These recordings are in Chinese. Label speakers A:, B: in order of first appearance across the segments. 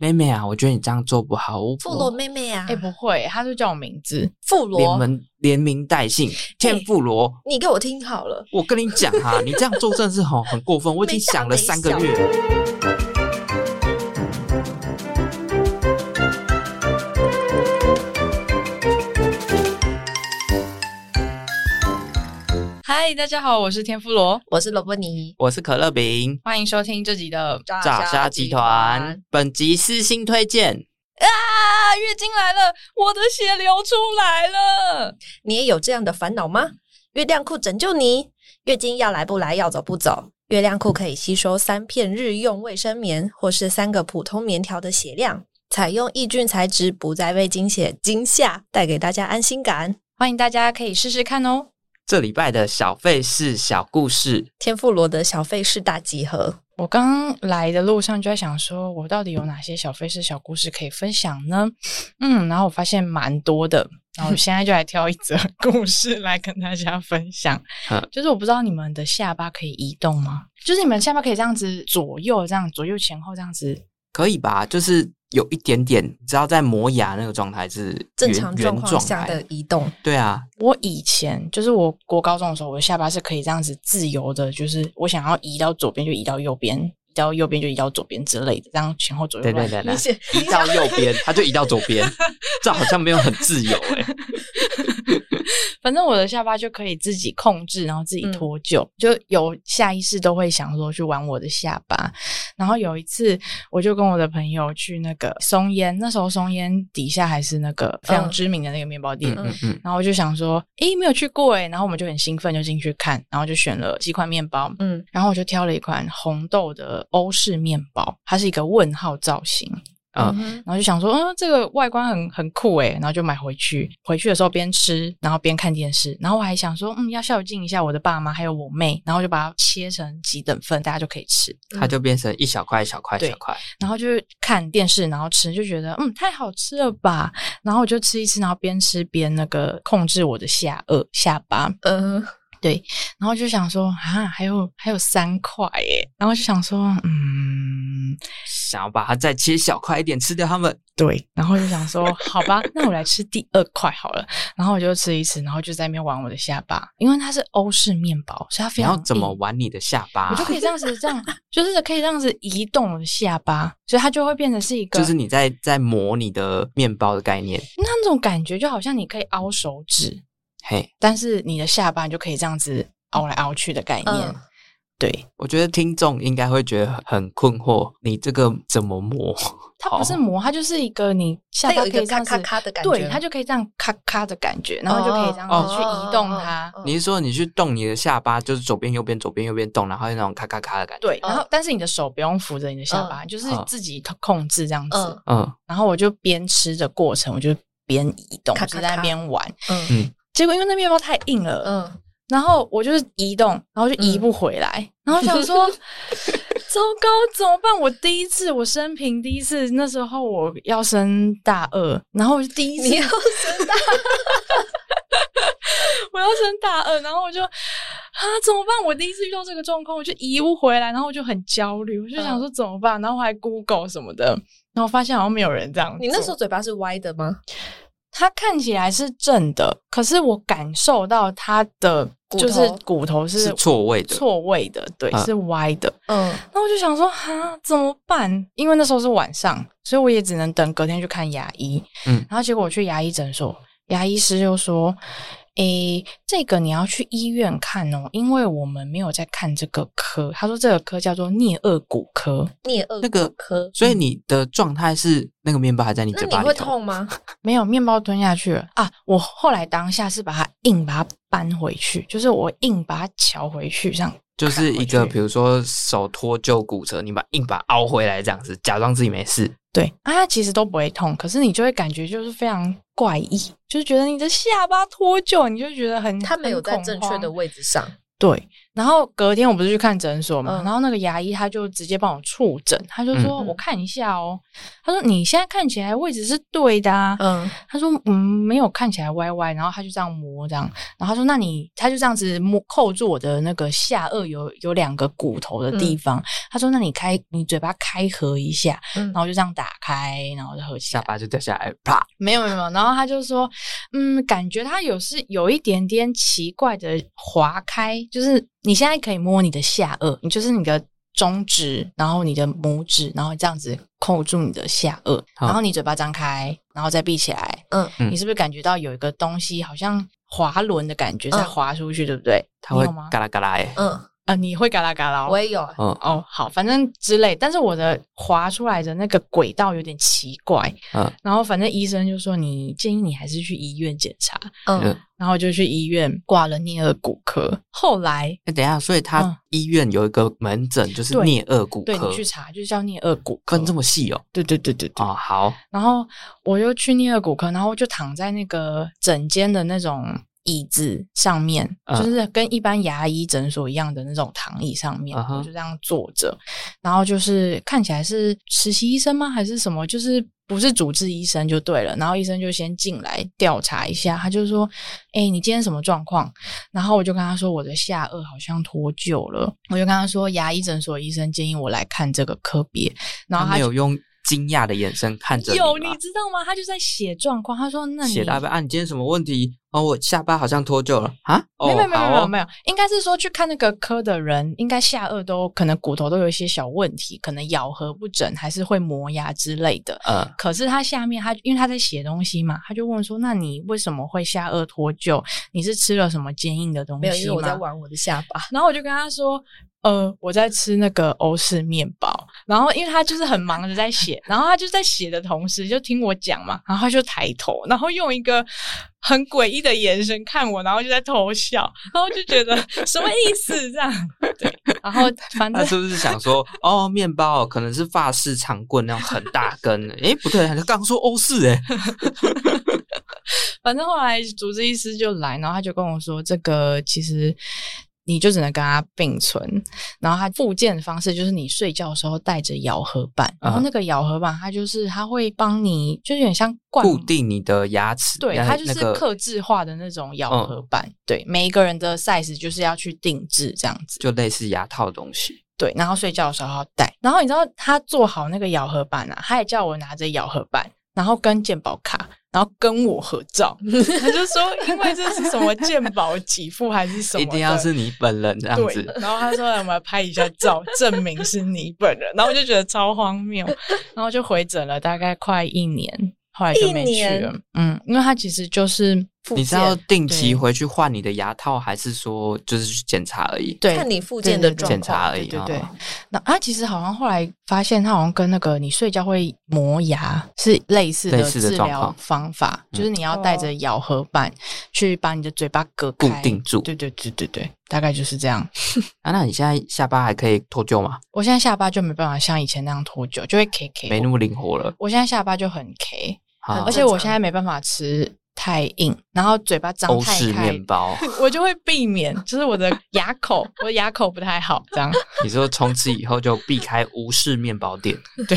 A: 妹妹啊，我觉得你这样做不好。我
B: 富罗妹妹啊，
C: 哎、不会，他就叫我名字，
B: 富
A: 连
B: 罗，
A: 门连名带 姓，天妇罗。
B: 你给我听好了，
A: 我跟你讲哈、 你这样做真的是很很过分，我已经想了三个月了。
C: 嗨，大家好，我是天妇罗，
B: 我是萝卜泥，
A: 我是可乐饼。
C: 欢迎收听这集的啊
A: 炸虾集团本集私心推荐，
C: 啊！月经来了，我的血流出来了。
B: 你也有这样的烦恼吗？月亮裤拯救你，月经要来不来，要走不走。月亮裤可以吸收三片日用卫生棉或是三个普通棉条的血量，采用抑菌材质，不再被经血惊吓，带给大家安心感。
C: 欢迎大家可以试试看哦。
A: 这礼拜的小费事小故事，
B: 天妇罗的小费是大集合，
C: 我刚来的路上就在想说，我到底有哪些小费事、小故事可以分享呢？嗯，然后我发现蛮多的，然后我现在就来挑一则 故事来跟大家分享
A: 嗯。
C: 就是我不知道你们的下巴可以移动吗？就是你们下巴可以这样子左右，这样左右前后这样子
A: 可以吧？就是有一点点，只要在磨牙那个状态是原
B: 正常状
A: 原
B: 况
A: 状
B: 下的
A: 态，
B: 移动，
A: 对啊，
C: 我以前就是我国高中的时候，我的下巴是可以这样子自由的，就是我想要移到左边就移到右边，移到右边就移到左边之类的，这样前后左右
A: 对对
C: 乱
A: 对
C: 移
A: 对，
B: 是
A: 移到右边，他就移到左 边，这好像没有很自由哎、
C: 反正我的下巴就可以自己控制，然后自己脱臼，就有下意识都会想说去玩我的下巴。然后有一次，我就跟我的朋友去那个松烟，那时候松烟底下还是那个非常
B: 嗯
C: 知名的那个面包店，
A: 嗯嗯嗯，
C: 然后我就想说，诶，没有去过诶，然后我们就很兴奋，就进去看，然后就选了几款面包，
B: 嗯，
C: 然后我就挑了一款红豆的欧式面包，它是一个问号造型，
A: 啊
B: 嗯
C: 然后就想说，嗯，这个外观很很酷诶，然后就买回去。回去的时候边吃，然后边看电视，然后我还想说，嗯，要孝敬一下我的爸妈还有我妹，然后就把它切成几等份，大家就可以吃。
A: 它就变成一小块一小块一小块，
C: 然后就是看电视，然后吃，就觉得嗯太好吃了吧。然后我就吃一吃，然后边吃边那个控制我的下颚下巴，
B: 嗯，
C: 然后就想说啊，还有还有三块耶，然后就想说嗯。
A: 想要把它再切小块一点，吃掉它们。
C: 对，然后就想说，好吧，那我来吃第二块好了。然后我就吃一吃，然后就在那边玩我的下巴，因为它是欧式面包，所以它非
A: 你
C: 常
A: 要怎么
C: 硬？
A: 玩你的下巴、
C: 我就可以这样子，这样就是可以这样子移动我的下巴，所以它就会变成是一个，
A: 就是你在在磨你的面包的概念，
C: 那种感觉，就好像你可以凹手指，
A: 嘿。
C: 但是你的下巴你就可以这样子凹来凹去的概念。
B: 嗯
C: 对，
A: 我觉得听众应该会觉得很困惑，你这个怎么磨？
C: 它不是
A: 好
C: 磨，它就是一个你下
B: 它
C: 巴
B: 有
C: 可
B: 一
C: 以这
B: 个
C: 样
B: 咔
C: 子
B: 咔。咔的感觉，
C: 对，它就可以这样咔咔的感觉，然后就可以这样
B: 哦
C: 子去移动它。
B: 哦哦哦哦
A: 你是说你去动你的下巴，就是左边右边左边右边动，然后有那种咔咔咔的感觉？
C: 对，然后
B: 嗯
C: 但是你的手不用扶着你的下巴，就是
A: 嗯
C: 自己控制这样子。
B: 嗯
A: 嗯，
C: 然后我就边吃的过程，我就边移动，
B: 咔咔咔
C: 我就在那边玩。
B: 嗯
C: 结果因为那面包太硬了，
B: 嗯。
C: 然后我就是移动，然后就移不回来，然后想 说，糟糕，怎么办？我第一次，我生平第一次，那时候我要升大二，然后我就第一次
B: 你要升大，
C: 我要升大二，然后我就啊怎么办？我第一次遇到这个状况，我就移不回来，然后我就很焦虑，我就
B: 嗯
C: 想说怎么办？然后我还 Google 什么的，然后发现好像没有人这样做。
B: 你那时候嘴巴是歪的吗？
C: 它看起来是正的，可是我感受到它的
B: 骨头
C: 就是骨头是
A: 是错位的。
C: 错位的，对，
A: 嗯
C: 是歪的。
B: 嗯，
C: 那我就想说哈怎么办？因为那时候是晚上，所以我也只能等隔天去看牙医。
A: 嗯
C: 然后结果我去牙医诊所，牙医师就说：“诶，这个你要去医院看哦，因为我们没有在看这个科。”他说：“这个科叫做颞颌骨科，
B: 颞颌
A: 那个
B: 骨科，
A: 所以
C: 嗯
A: 你的状态是那个面包还在你
B: 那
A: 嘴
B: 你
A: 巴
B: 会
A: 里头，
B: 痛吗？
C: 没有面包吞下去了啊！”我后来当下是把它硬把它搬回去，就是我硬把它翘回去，这样
A: 就是一个
C: 回去
A: 比如说手脱臼骨折，你把硬把它凹回来这样子，假装自己没事。
C: 对啊，它其实都不会痛，可是你就会感觉就是非常怪异，就是觉得你的下巴脱臼，你就觉得很
B: 它没有在正确的
C: 位
B: 位置上，
C: 对。然后隔天我不是去看诊所嘛，
B: 嗯
C: 然后那个牙医他就直接帮我触诊，他就说、
B: 嗯
C: 我看一下哦，他说你现在看起来位置是对的啊，
B: 嗯
C: 他说嗯没有看起来歪歪，然后他就这样摸这样，然后他说那你他就这样子摸扣住我的那个下颚有有两个骨头的地方，他说那你开你嘴巴开合一下，
B: 嗯
C: 然后就这样打开，然后就合起
A: 下
C: 来。
A: 巴就掉下来，啪！
C: 没有没有，没有然后他就说，嗯，感觉他有是有一点点奇怪的划开，就是你现在可以摸你的下颚，你就是你的中指，然后你的拇指，然后这样子扣住你的下颚，
A: 好
C: 然后你嘴巴张开，然后再闭起来，
B: 嗯
A: 嗯
C: 你是不是感觉到有一个东西好像滑轮的感觉
B: 嗯
C: 在滑出去，对不对？
A: 它会
C: 你有吗？
A: 嘎啦嘎啦哎，
B: 嗯，
C: 啊，你会嘎啦嘎啦哦，
B: 我也有，啊
A: 嗯
C: 哦，好，反正之类，但是我的滑出来的那个轨道有点奇怪，
A: 嗯
C: 然后反正医生就说你建议你还是去医院检查，
B: 嗯
A: 嗯。
C: 然后就去医院挂了颞颌骨科，后来
A: 哎，等一下，所以
C: 嗯
A: 他医院有一个门诊，就是
C: 对
A: 颞颌骨
C: 对你
A: 科，
C: 去查就是叫颞颌骨科
A: 分，这么细哦。
C: 对对对对对，
A: 哦，好，
C: 然后我又去颞颌骨科，然后就躺在那个诊间的那种椅子上面，
A: 嗯
C: 就是跟一般牙医诊所一样的那种躺椅上面，
A: 嗯哼
C: 我就这样坐着。然后就是看起来是实习医生吗，还是什么？就是不是主治医生就对了。然后医生就先进来调查一下，他就说：“哎、你今天什么状况？”然后我就跟他说：“我的下颚好像脱臼了。”我就跟他说：“牙医诊所医生建议我来看这个科别。”然后
A: 他
C: 他
A: 没
C: 就
A: 有用惊讶的眼神看着
C: 有，
A: 你
C: 你
A: 吗，
C: 知道吗？他就在写状况，他说：“那你
A: 写大班啊，你今天什么问题？哦，我下巴好像脱臼了啊。哦，
C: 没有没有没有
A: 好
C: 没有
A: 哦
C: 没有，应该是说去看那个科的人，应该下颚都可能骨头都有一些小问题，可能咬合不整，还是会磨牙之类的。
A: 呃，
C: 可是他下面他因为他在写东西嘛，他就问说：那你为什么会下颚脱臼？你是吃了什么坚硬的东
B: 没
C: 西
B: 有，因为我在
C: 吗
B: 玩我的下巴。
C: 然后我就跟他说。呃，我在吃那个欧式面包，然后因为他就是很忙着 在写，然后他就在写的同时就听我讲嘛，然后他就抬头，然后用一个很诡异的眼神看我，然后就在偷笑，然后就 觉得什么意思这样？对，然后反
A: 他
C: 正
A: 是不是想说，哦，面包可能是法式长棍那种很大根的？ 诶，不对，他刚说欧式欸诶。
C: 反正后来主治医师就来，然后他就跟我说，这个其实你就只能跟他并存。然后他复健的方式就是你睡觉的时候带着咬合板，
A: 啊
C: 然后那个咬合板它就是它会帮你，就有点像灌
A: 固定你的牙齿，
C: 对，嗯
A: 那
C: 它就是
A: 那个
C: 克制化的那种咬合板，对，每一个人的 size 就是要去定制这样子，
A: 就类似牙套的东西。
C: 对，然后睡觉的时候要戴，然后你知道他做好那个咬合板啊，他也叫我拿着咬合板，然后跟健保卡，然后跟我合照， 他就说因为这是什么健保给付还是什么
A: 一
C: 的，
A: 定要是你本人这样
C: 对，
A: 子，
C: 然后他说我们拍一下照，证明是你本人，然后我就觉得超荒谬，然后就回诊了，大概快一年。后来就没
B: 一
C: 去
B: 年
C: 了，嗯，因为他其实就是复
A: 你是要
C: 健
A: 定期
C: 对
A: 回去换你的牙套，还是说就是去检查而已？
C: 对
B: 看你附件的
C: 对对对
B: 状
A: 检
B: 况，
A: 查而已。
C: 对对对
A: 哦，
C: 那他其实好像后来发现，他好像跟那个你睡觉会磨牙是类似
A: 类
C: 的
A: 似的
C: 治
A: 状
C: 疗
A: 况
C: 方法，
A: 嗯
C: 就是你要带着咬合板去把你的嘴巴隔开
A: 固定住
C: 对对对对对，大概就是这样。
A: 啊，那你现在下巴还可以脱臼吗？
C: 我现在下巴就没办法像以前那样脱臼，就会 K K。
A: 没那么灵活了。
C: 我现在下巴就很 K，、
A: 啊
C: 而且我现在没办法吃太硬，然后嘴巴张
A: 欧
C: 太
A: 式
C: 开
A: 面，包，
C: 我就会避免，就是我的牙口， 我的牙口不太好，这样。
A: 你说从此以后就避开无视面包店。
C: 对，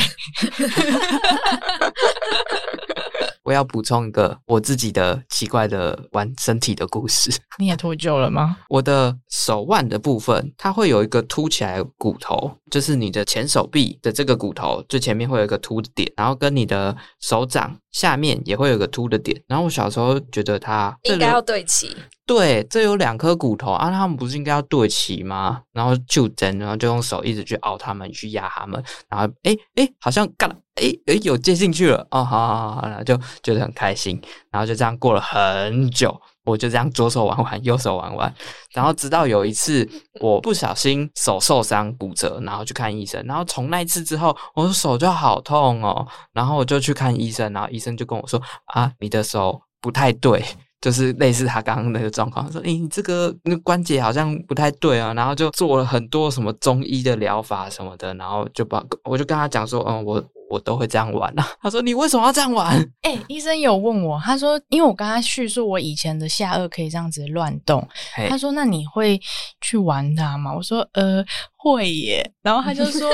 A: 我要补充一个我自己的奇怪的玩身体的故事。
C: 你也脱臼了吗？
A: 我的手腕的部分，它会有一个凸起来的骨头，就是你的前手臂的这个骨头最前面会有一个凸的点，然后跟你的手掌下面也会有一个凸的点。然后我小时候觉得它这
B: 应该
A: 里
B: 要对齐。
A: 对，这有两颗骨头啊，他们不是应该要对齐吗？然后就针，然后就用手一直去凹他们，去压他们，然后哎哎，好像干了，哎哎，有接进去了，哦，好好好好，然后就觉得很开心，然后就这样过了很久，我就这样左手玩玩，右手玩玩，然后直到有一次我不小心手受伤骨折，然后去看医生，然后从那一次之后，我的手就好痛哦，然后我就去看医生，然后医生就跟我说啊，你的手不太对，就是类似他刚刚那个状况，说诶、你这个那关节好像不太对啊，然后就做了很多什么中医的疗法什么的，然后就把我就跟他讲说，嗯，我。我都会这样玩啊。 他说你为什么要这样玩？
C: 哎、医生有问我，他说，因为我跟他叙述我以前的下颚可以这样子乱动，
A: 嘿
C: 他说那你会去玩它吗？我说呃会耶，然后他就 说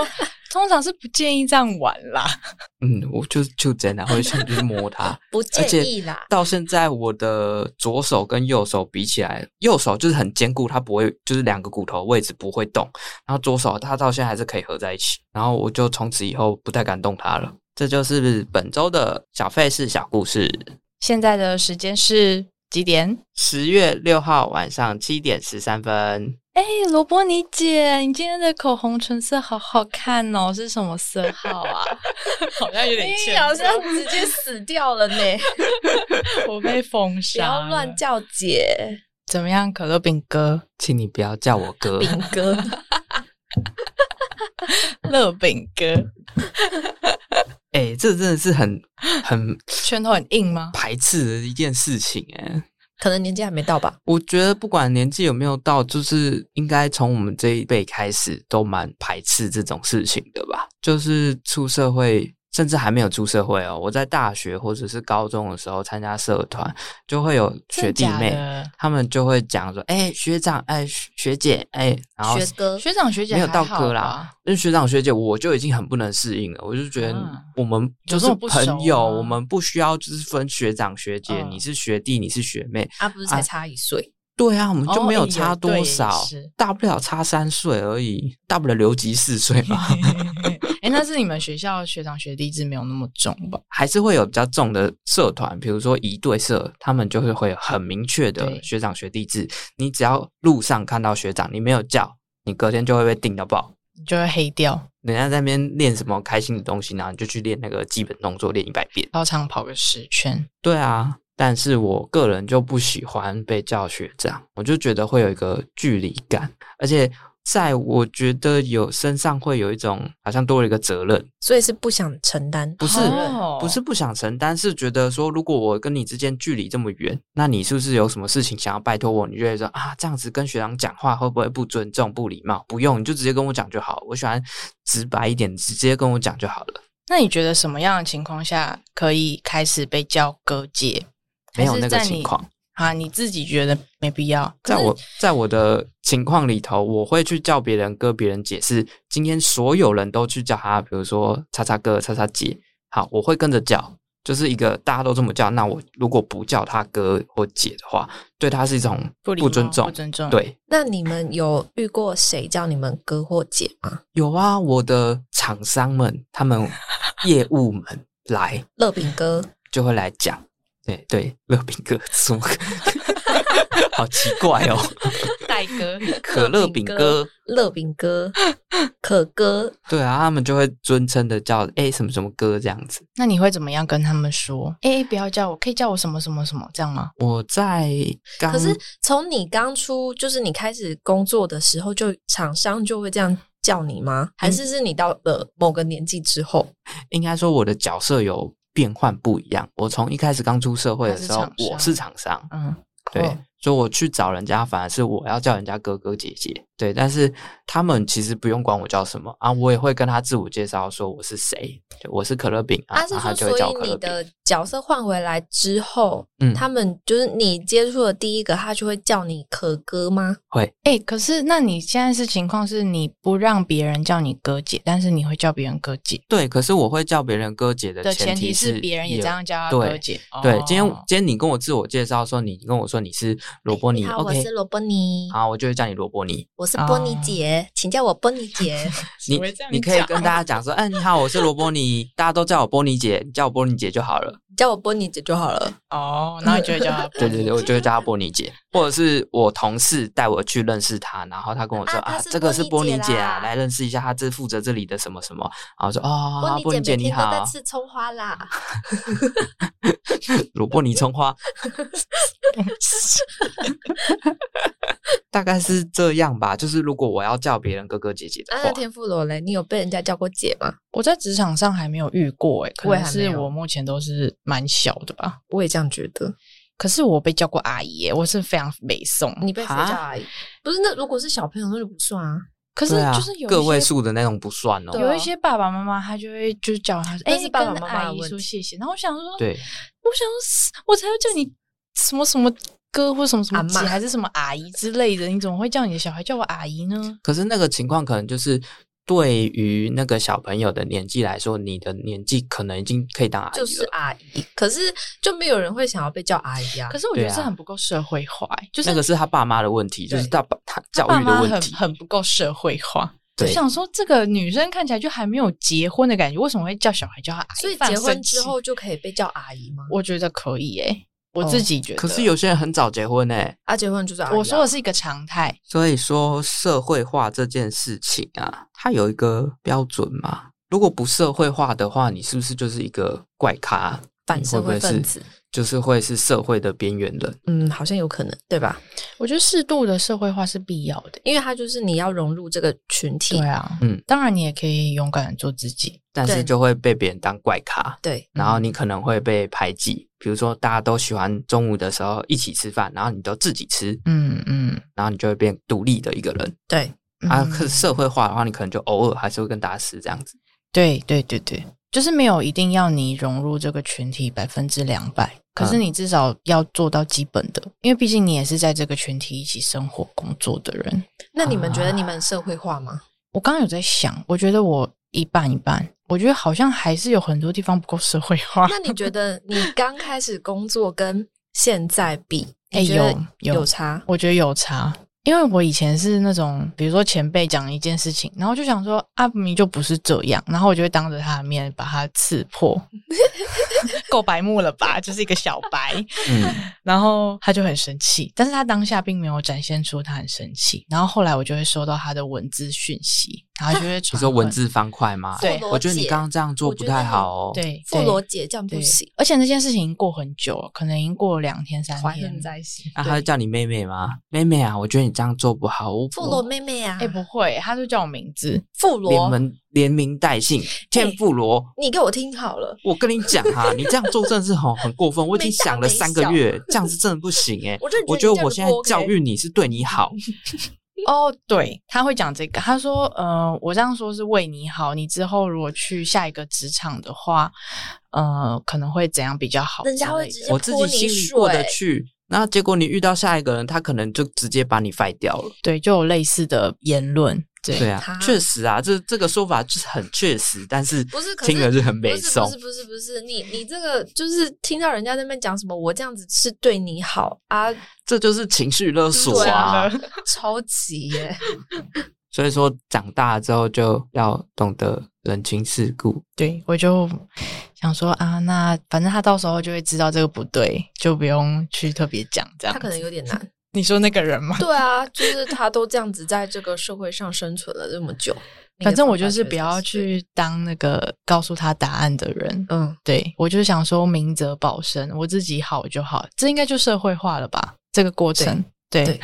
C: 通常是不建议这样玩啦。
A: 嗯，我就就真的会去去摸它。
B: 不
A: 而且
B: 建议啦。
A: 到现在，我的左手跟右手比起来，右手就是很坚固，它不会就是两个骨头位置不会动，然后左手它到现在还是可以合在一起。然后我就从此以后不太敢动它了。这就是本周的小费事小故事。
C: 现在的时间是几点？
A: 十月六号晚上七点十三分，
C: 哎、罗伯尼姐，你今天的口红唇色好好看哦，是什么色 号啊？ 好像有点
B: 你
C: 欠
B: 好
C: 揍，
B: 像直接死掉 了呢！
C: 我被封
B: 不
C: 杀了。
B: 要乱叫姐
C: 怎么样，可乐饼哥，
A: 请你不要叫我哥。
B: 饼哥，
C: 乐饼哥，
A: 哎、这真的是很很
C: 拳头很硬吗？
A: 排斥的一件事情哎、
B: 可能年纪还没到吧？
A: 我觉得不管年纪有没有到，就是应该从我们这一辈开始都蛮排斥这种事情的吧。就是出社会，甚至还没有出社会哦。我在大学或者是高中的时候参加社团，就会有学弟
C: 真的
A: 妹
C: 假，的
A: 他们就会讲说：“哎、学长，哎、学学姐，哎、然后
B: 学哥，
C: 学长学姐
A: 没有
C: 还
A: 到
C: 好
A: 哥啦
C: 吧，，
A: 那学长学姐我就已经很不能适应了，我就觉得
C: 啊
A: 我们就
C: 有这
A: 是
C: 么不熟
A: 朋友，
C: 吗
A: 我们不需要就是分学长学姐，
C: 嗯
A: 你是学弟，你是学妹，
B: 啊，不是才差一岁，
A: 对啊，我们就
C: 哦
A: 没有
C: 也
A: 差
C: 对
A: 多
C: 也
A: 少，
C: 是
A: 大不了差三岁而已，大不了留级四岁 嘛，
C: 哎、那是你们学校学长学弟制没有那么重吧？
A: 还是会有比较重的社团，比如说一对社，他们就是会有很明确的
C: 对
A: 学长学弟制，你只要路上看到学长，你没有叫，你隔天就会被定到爆。
C: 你就会黑掉，
A: 人家在那边练什么开心的东西，然后你就去练那个基本动作，练一百遍。
C: 操场跑个十圈。
A: 对啊，但是我个人就不喜欢被叫学长，我就觉得会有一个距离感，而且在我觉得有身上会有一种好像多了一个责任，
B: 所以是不想承担。
A: 不是、
C: 哦
A: 不是不想承担，是觉得说如果我跟你之间距离这么远，那你是不是有什么事情想要拜托我？你就会说啊，这样子跟学长讲话会不会不尊重、不礼貌？不用，你就直接跟我讲就好。我喜欢直白一点，直接跟我讲就好了。
C: 那你觉得什么样的情况下可以开始被叫哥姐？
A: 没有
C: 还是
A: 那个
C: 在
A: 情
C: 你
A: 况。
C: 啊？你自己觉得没必要？可
A: 在
C: 是
A: 我在我的情况里头，我会去叫别人跟别人解释，今天所有人都去叫他，比如说叉叉哥、叉叉姐，好，我会跟着叫，就是一个大家都这么叫，那我如果不叫他哥或姐的话，对他是一种
C: 不礼
A: 不
C: 貌
A: 尊重
C: 不。尊重。，
A: 对，
B: 那你们有遇过谁叫你们哥或姐吗？
A: 有啊，我的厂商们，他们 业务们来
B: 乐饼哥，
A: 就会来讲，对对，乐饼哥，什么 好奇怪 哦，
C: 戴哥
A: 可乐饼哥。
B: 乐饼哥，可哥，
A: 对啊，他们就会尊称的叫哎、什么什么哥这样子。
C: 那你会怎么样跟他们说？哎、不要叫我，可以叫我什么什么什么这样吗？
A: 我在刚
B: 可是从你刚出，就是你开始工作的时候，就厂商就会这样叫你
A: 嗯
B: 吗？还是是你到了某个年纪之后？
A: 应该说我的角色有变换不一样。我从一开始刚出社会的时候
C: 他是，厂商
A: 我是厂商，
C: 嗯，
A: 对，
B: 哦
A: 所以我去找人家，反而是我要叫人家哥哥姐姐，对。但是他们其实不用管我叫什么啊，我也会跟他自我介绍说我是谁，对我是可乐饼啊，
B: 啊，是
A: 然后他
B: 说，
A: 就会
B: 所
A: 叫我
B: 以
A: 可
B: 你
A: 乐饼。
B: 的角色换回来之后，
A: 嗯
B: 他们就是你接触的第一个，他就会叫你可哥吗？
C: 哎、可是那你现在是情况是你不让别人叫你哥姐，但是你会叫别人哥姐
A: 对，可是我会叫别人哥姐的
C: 的
A: 前
C: 前提
A: 是
C: 是别人也
A: 有
C: 这样叫他
A: 对
C: 哥姐。
A: 对
C: 哦，
A: 今天今天你跟我自我介绍说，你跟我说你是罗伯尼
B: 你好，我
A: ，OK，
B: 是罗伯尼，
A: 好，我啊就会叫你罗伯尼。
B: 我是波尼 姐，请叫我波尼姐。
A: 你
C: 只会这样
A: 你可以
C: 讲
A: 跟大家讲说，哎，你好，我是罗伯尼，大家都叫我波尼姐，你叫我波尼姐就好了。
B: 你叫我波尼姐就好了。
C: 哦，然后你就会叫他
A: 对对对，我就会叫她波尼姐，或者是我同事带我去认识她，然后他跟我说
B: 啊她
A: 啊，
B: 是
A: 这个是波
B: 波尼
A: 尼
B: 姐
A: 姐啊，
B: 啦
A: 来认识一下，她这负责这里的什么什么。然后说哦，好好波
B: 波
A: 尼
B: 尼
A: 姐
B: 姐
A: 你
B: 每天都在
A: 好，
B: 吃葱花 啦，
A: 罗伯尼葱花，大概是这样吧。就是如果我要叫别人哥哥姐姐的
B: 啊，
A: 话
B: 那，天妇罗嘞，你有被人家叫过姐吗？
C: 我在职场上还没有遇过、欸，可
B: 我也
C: 能
B: 还没
C: 是
B: 有
C: 我目前都是蛮小的吧。
B: 我也这样觉得。
C: 可是我被叫过阿姨、欸，我是非常美颂。
B: 你被谁叫
A: 啊
B: 阿姨？不是，那如果是小朋友，那就不算啊。
C: 可是
A: 对啊
C: 就是有一些
A: 个位数的那种不算哦
B: 对。
C: 有一些爸爸妈妈他就会就是叫他说，啊哎、
B: 那是
C: 你
B: 爸
C: 跟
B: 爸妈妈的
C: 阿姨
B: 问
C: 说
B: 题
C: 谢谢。然后我想说，
A: 对，
C: 我想说嘶我才要叫你什么什么哥或什么什么
B: 阿
C: 姐
B: 嬷
C: 还是什么阿姨之类的，你怎么会叫你的小孩叫我阿姨呢？
A: 可是那个情况可能就是对于那个小朋友的年纪来说，你的年纪可能已经可以当阿姨了。
B: 就是阿姨，可是就没有人会想要被叫阿姨啊
C: 可。是我觉得
A: 对啊
C: 这很不够社会化、欸就是
A: 那个是他爸妈的问题，就是
B: 对
A: 他爸他
C: 他
A: 教
C: 爸
A: 育的
C: 妈
A: 问
C: 很
A: 题。
C: 很不够社会化。我
A: 对，
C: 想说，这个女生看起来就还没有结婚的感觉，为什么会叫小孩叫她阿姨？
B: 所以
C: 非常
B: 结婚
C: 生
B: 之
C: 气，
B: 后就可以被叫阿姨吗？
C: 我觉得可以诶、欸我
B: 哦
C: 自己觉得。
A: 可是有些人很早结婚欸呢、
B: 啊，结婚就是阿姨啊、
C: 我说的是一个常态，
A: 所以说社会化这件事情啊，它有一个标准嘛。如果不社会化的话，你是不是就是一个怪咖？
B: 反社会分
A: 你
B: 子
A: 会不会是就是会是社会的边缘人。
B: 嗯，好像有可能，对吧？
C: 我觉得适度的社会化是必要的。
B: 因为他就是你要融入这个群体，
C: 对啊，
A: 嗯，
C: 当然你也可以勇敢的做自己。
A: 但是
B: 对
A: 就会被别人当怪咖，
B: 对
A: 然后你可能会被排挤。比如说，大家都喜欢中午的时候一起吃饭，然后你都自己吃，
C: 嗯嗯，
A: 然后你就会变独立的一个人。
B: 对
A: 啊，
C: 嗯
A: 可是社会化的话，你可能就偶尔还是会跟大家吃这样子。
C: 对对对对，就是没有一定要你融入这个群体百分之两百，可是
A: 嗯
C: 你至少要做到基本的，因为毕竟你也是在这个群体一起生活工作的人。
B: 那你们觉得你们社会化吗？
C: 我刚刚有在想，我觉得我一半一半，我觉得好像还是有很多地方不够社会化。
B: 那你觉得你刚开始工作跟现在比，
C: 哎
B: 你觉得
C: 有有
B: 有差？
C: 我觉得有差，因为我以前是那种，比如说前辈讲一件事情，然后就想说阿明明就不是这样，然后我就会当着他的面把他刺破，够白目了吧？就是一个小白，
A: 嗯，
C: 然后他就很生气，但是他当下并没有展现出他很生气，然后后来我就会收到他的文字讯息，然后就会
A: 你
C: 传
A: 说文
C: 很
A: 字方块吗？
C: 对
B: 富罗姐
A: 我觉得你刚刚这样做不太好哦。，
C: 对
B: 富罗姐这样不
C: 对
B: 行，，
C: 而且那件事情已经过很久了，可能已经过了两天三
B: 怀
C: 天
B: 恨。在心。
A: 啊那他就叫你妹妹吗？妹妹啊，我觉得你这样做不好。哦我
B: 富罗妹妹啊，
C: 哎、不会，他就叫我名字，
B: 富
A: 连
B: 罗，
A: 门连名带姓，欠富罗。
B: 你给我听好了，
A: 我跟你讲哈、你这样做真的是很很过分。我已经
B: 没大
A: 想了
B: 没
A: 三个
B: 小
A: 月，这样子真的不行哎、
B: 我真的
A: 我
B: 觉
A: 觉
B: 得
A: 得我
B: 这
A: 现在
B: 样就不 OK
A: 教育你是对你好，
C: 哦，对，他会讲这个。他说，呃，我这样说是为你好，你之后如果去下一个职场的话，呃，可能会怎样比较好之类
B: 人
C: 的？
B: 家会直接
A: 我自己心里过得去。那结果你遇到下一个人，他可能就直接把你废掉了。
C: 对，就有类似的言论。对，
A: 对啊
B: 他，
A: 确实啊，这这个说法就是很确实，但是
B: 不是可是
A: 听了是很
B: 不
A: 美
B: 是
A: 颂
B: 不。是不是不是，你你这个就是听到人家在那边讲什么，我这样子是对你好啊，
A: 这就是情绪勒索
B: 对
A: 啊
B: 啊。超 级耶，
A: 所以说，长大之后就要懂得人情世故。
C: 对我就想说啊，那反正他到时候就会知道这个不对，就不用去特别讲这样
B: 他
C: 子。
B: 可能有点难。
C: 你说那个人吗？
B: 对啊，就是他都这样子在这个社会上生存了这么 久，你的
C: 反正我
B: 方法
C: 就是
B: 觉
C: 不
B: 得是
C: 要
B: 对，
C: 去当那个告诉他答案的人。
B: 嗯，
C: 对我就是想说明哲保身，我自己好就好，这应该就社会化了吧？这个过程，对，
B: 对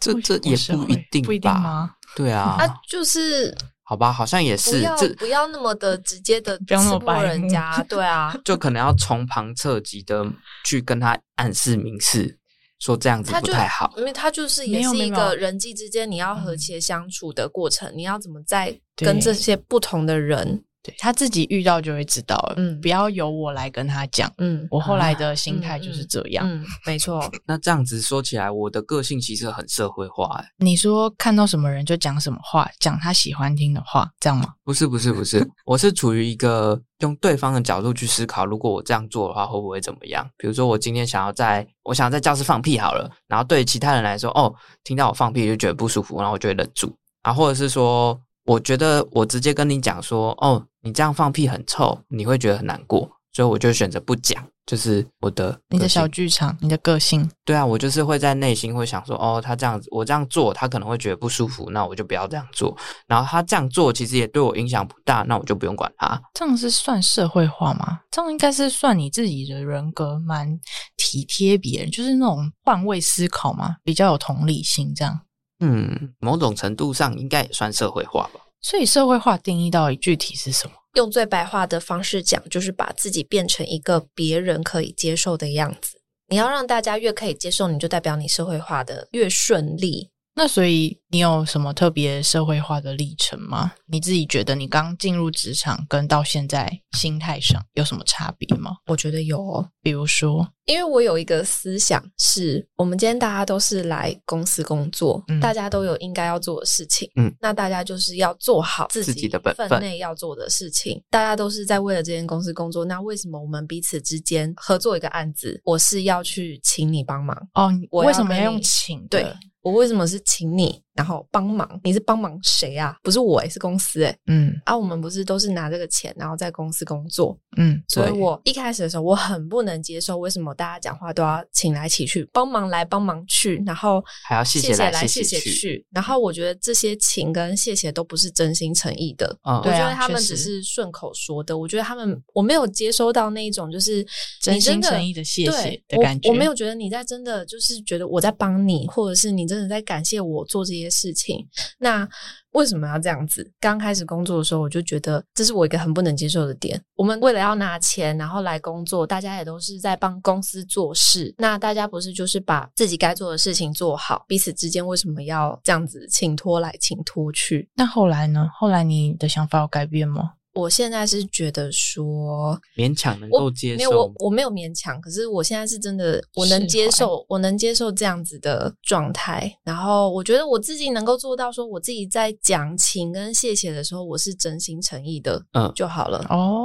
A: 这
C: 我
A: 这也
C: 我社
A: 不
C: 会
A: 一定
C: 不一定
A: 吧
C: 吗？
A: 对啊，
B: 啊，就是
A: 好吧，好像也
B: 不
A: 是
B: 要
A: 这。
B: 不要那么的直接的
C: 不要那么白目
B: 人家，对 啊，
A: 就可能要从旁侧击的去跟他暗示明示，说这样子
B: 他
A: 不
B: 就
A: 太好。
B: 因为他就是
C: 没
B: 也
C: 有
B: 是
C: 没
B: 一
C: 有嗯
B: 个人际之间你要和谐相处的过程，你要怎么在
C: 对
B: 跟这些不同的人，
C: 对他自己遇到就会知道了，
B: 嗯
C: 不要由我来跟他讲。
B: 嗯
C: 我后来的心态就是这样。
B: 嗯，没错，
A: 那这样子说起来，我的个性其实很社会化、欸。
C: 你说看到什么人就讲什么话，讲他喜欢听的话，这样吗？
A: 不是不是不是，我是处于一个用对方的角度去思考，如果我这样做的话，会不会怎么样？比如说，我今天想要在我想要在教室放屁好了，然后对其他人来说，哦，听到我放屁就觉得不舒服，然后我就会忍住。啊，或者是说，我觉得我直接跟你讲说，哦，你这样放屁很臭，你会觉得很难过，所以我就选择不讲，就是我的
C: 你的
A: 个性
C: 小剧场，你的个性，
A: 对啊，我就是会在内心会想说，哦，他这样子，我这样做，他可能会觉得不舒服，那我就不要这样做。然后他这样做，其实也对我影响不大，那我就不用管他。
C: 这样是算社会化吗？这样应该是算你自己的人格蛮体贴别人，就是那种换位思考嘛，比较有同理心这样。
A: 嗯，某种程度上应该也算社会化吧。
C: 所以社会化定义到底具体是什么？
B: 用最白话的方式讲，就是把自己变成一个别人可以接受的样子。你要让大家越可以接受，你就代表你社会化的越顺利。
C: 那所以你有什么特别社会化的历程吗？你自己觉得你刚进入职场跟到现在心态上有什么差别吗？
B: 我觉得有哦，
C: 比如说，
B: 因为我有一个思想是，我们今天大家都是来公司工作，
C: 嗯
B: 大家都有应该要做的事情，
A: 嗯，
B: 那大家就是要做好自
A: 自己的本分
B: 分内要做的事情，大家都是在为了这间公司工作，那为什么我们彼此之间合作一个案子，我是要去请你帮忙？
C: 哦，你
B: 我要
C: 为什么
B: 跟
C: 要
B: 你
C: 用请的？
B: 对我为什么是请你，然后帮忙？你是帮忙谁啊？不是我、欸，是公司、欸，
C: 嗯
B: 啊，我们不是都是拿这个钱，然后在公司工作，
C: 嗯，
B: 所以
A: 对
B: 我一开始的时候，我很不能接受为什么大家讲话都要请来请去，帮忙来帮忙去，然后
A: 还要谢
B: 谢
A: 谢来
B: 来
A: 谢
B: 谢
A: 谢去
B: 去。然后我觉得这些请跟谢谢都不是真心诚意的，
A: 嗯
B: 我
C: 对
B: 觉
C: 啊
B: 得他们
C: 确
B: 只
C: 实
B: 是顺口说的。我觉得他们我没有接收到那一种就是
C: 真
B: 你真
C: 心
B: 的
C: 诚意的谢谢
B: 对
C: 的感觉
B: 我。我没有觉得你在真的就是觉得我在帮你，或者是你真的在感谢我做这些事情。那为什么要这样子？刚开始工作的时候，我就觉得这是我一个很不能接受的点。我们为了要拿钱，然后来工作，大家也都是在帮公司做事。那大家不是就是把自己该做的事情做好，彼此之间为什么要这样子请托来请托去？
C: 那后来呢？后来你的想法有改变吗？
B: 我现在是觉得说，
A: 勉强能
B: 我
A: 够接
B: 没有我
A: 受。
B: 我没有勉强，可是我现在是真的，我
C: 释
B: 能
C: 怀
B: 接受，我能接受这样子的状态。然后我觉得我自己能够做到，说我自己在讲情跟谢谢的时候，我是真心诚意的，
A: 嗯
B: 就好了。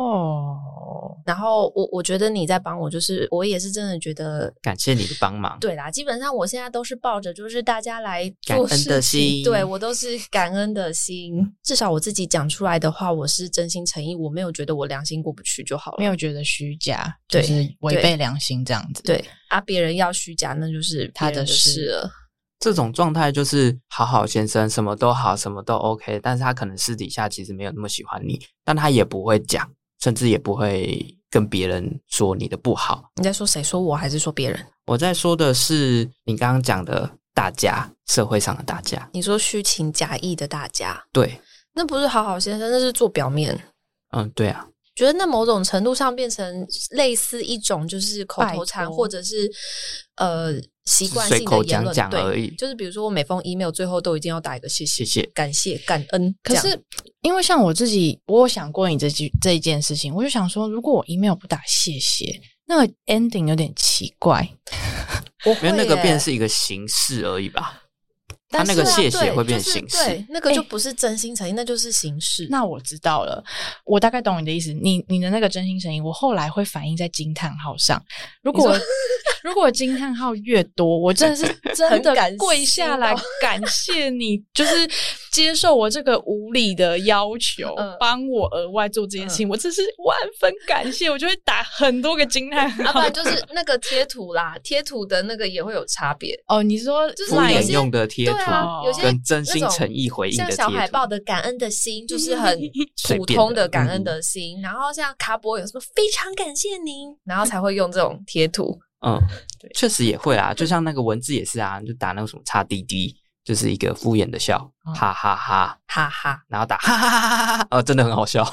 C: 哦，
B: 然后我我觉得你在帮我，就是我也是真的觉得。
A: 感谢你的帮忙，
B: 对啦，基本上我现在都是抱着就是大家来
A: 感
B: 做
A: 恩
B: 事
A: 的
B: 情
A: 心
B: 对我都是感恩的心。至少我自己讲出来的话，我是真心诚意，我没有觉得我良心过不去就好了。
C: 没有觉得虚假，
B: 对
C: 就是违
B: 对
C: 背良心这样子。
B: 对啊，别人要虚假，那就是
C: 他
B: 别人的
C: 的事
B: 事了。
A: 这种状态就是好好先生，什么都好，什么都 OK，但是他可能私底下其实没有那么喜欢你，但他也不会讲，甚至也不会跟别人说你的不好。
B: 你在说谁？说我还是说别人？
A: 我在说的是你刚刚讲的大家，社会上的大家，
B: 你说虚情假意的大家，
A: 对，
B: 那不是好好先生，那是做表面。
A: 嗯，对啊，
B: 觉得那某种程度上变成类似一种就是口头禅，
C: 拜托
B: 或者是呃习惯性
A: 随
B: 的
A: 口
B: 言
A: 讲
B: 论，
A: 讲而
B: 对，
A: 已。
B: 就是比如说我每封 email 最后都一定要打一个谢谢、
A: 谢谢
B: 感谢、感恩。
C: 可
B: 这样
C: 是因为像我自己，我有想过你这句这一件事情，我就想说，如果我 email 不打谢谢，那个 ending 有点奇怪。
B: 我会
A: 因为那个
B: 耶
A: 便是一个形式而已吧。
B: 但
A: 他那个
B: 是啊
A: 谢谢
B: 对
A: 会变
B: 就是
A: 形式
B: 对，那个就
C: 哎
B: 不是真心诚意，那就是形式。
C: 那我知道了，我大概懂你的意思。你你的那个真心诚意，我后来会反映在惊叹号上。如果
B: 你
C: 如果惊叹号越多，我真的是真的
B: 很感
C: 跪下
B: 心
C: 来
B: 到
C: 感谢你，就是接受我这个无理的要求
B: 嗯，
C: 帮我额外做这件事情，我真是万分感谢。我就会打很多个惊 叹
B: 啊，不
C: 号。
B: 然就是那个贴图啦，贴图的那个也会有差别。
C: 哦，你说
B: 就是
A: 敷
B: 有
A: 衍
B: 些
A: 用的贴图
B: 对啊，有些
A: 跟真
B: 那
A: 心
B: 种
A: 诚意回应的
B: 像
A: 贴
B: 小海
A: 图，
B: 豹的感恩的心，就 是很
A: 随
B: 普
A: 便
B: 通
A: 的
B: 的感
A: 嗯
B: 恩的心。然后像卡博有什么非常感谢您，然后才会用这种贴图。
A: 嗯，确实也 会啊。就像那个文字也是啊，就打那个什么叉滴滴，就是一个敷衍的笑，
C: 嗯
A: 哈哈哈，
B: 哈哈，
A: 然后打哈哈哈哈哈哈，哦，真的很好笑。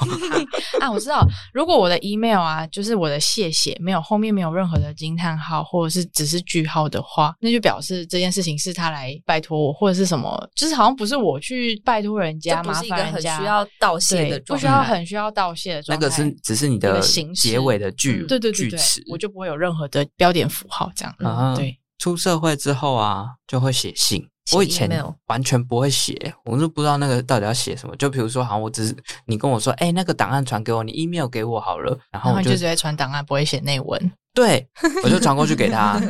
C: 啊，我知道，如果我的 email 啊，就是我的谢谢没有后面没有任何的惊叹号或者是只是句号的话，那就表示这件事情是他来拜托我或者是什么，就是好像不是我去拜托人
B: 这
C: 家，
B: 不
C: 麻
B: 是一个
C: 烦
B: 很
C: 人
B: 需
C: 家，
B: 要道谢
C: 对
B: 的
C: 不
B: 状
C: 需
B: 态。
C: 要很需要道谢的
A: 那
C: 状态。
A: 个是只是你
C: 一
A: 的
C: 个形式
A: 结尾的句
B: 嗯，
C: 对对对
A: 句
C: 对
A: 词，
C: 我就不会有任何的标点符号这样。
A: 啊
C: 对，
A: 出社会之后啊，就会写信。
B: 写
A: 我以前
B: email
A: 完全不会写，我都不知道那个到底要写什么。就比如说，好像我只是你跟我说，哎、那个档案传给我，你 email 给我好了，然后
C: 然后
A: 我
C: 你
A: 就
C: 就直接传档案，不会写内文。
A: 对，我就传过去给他。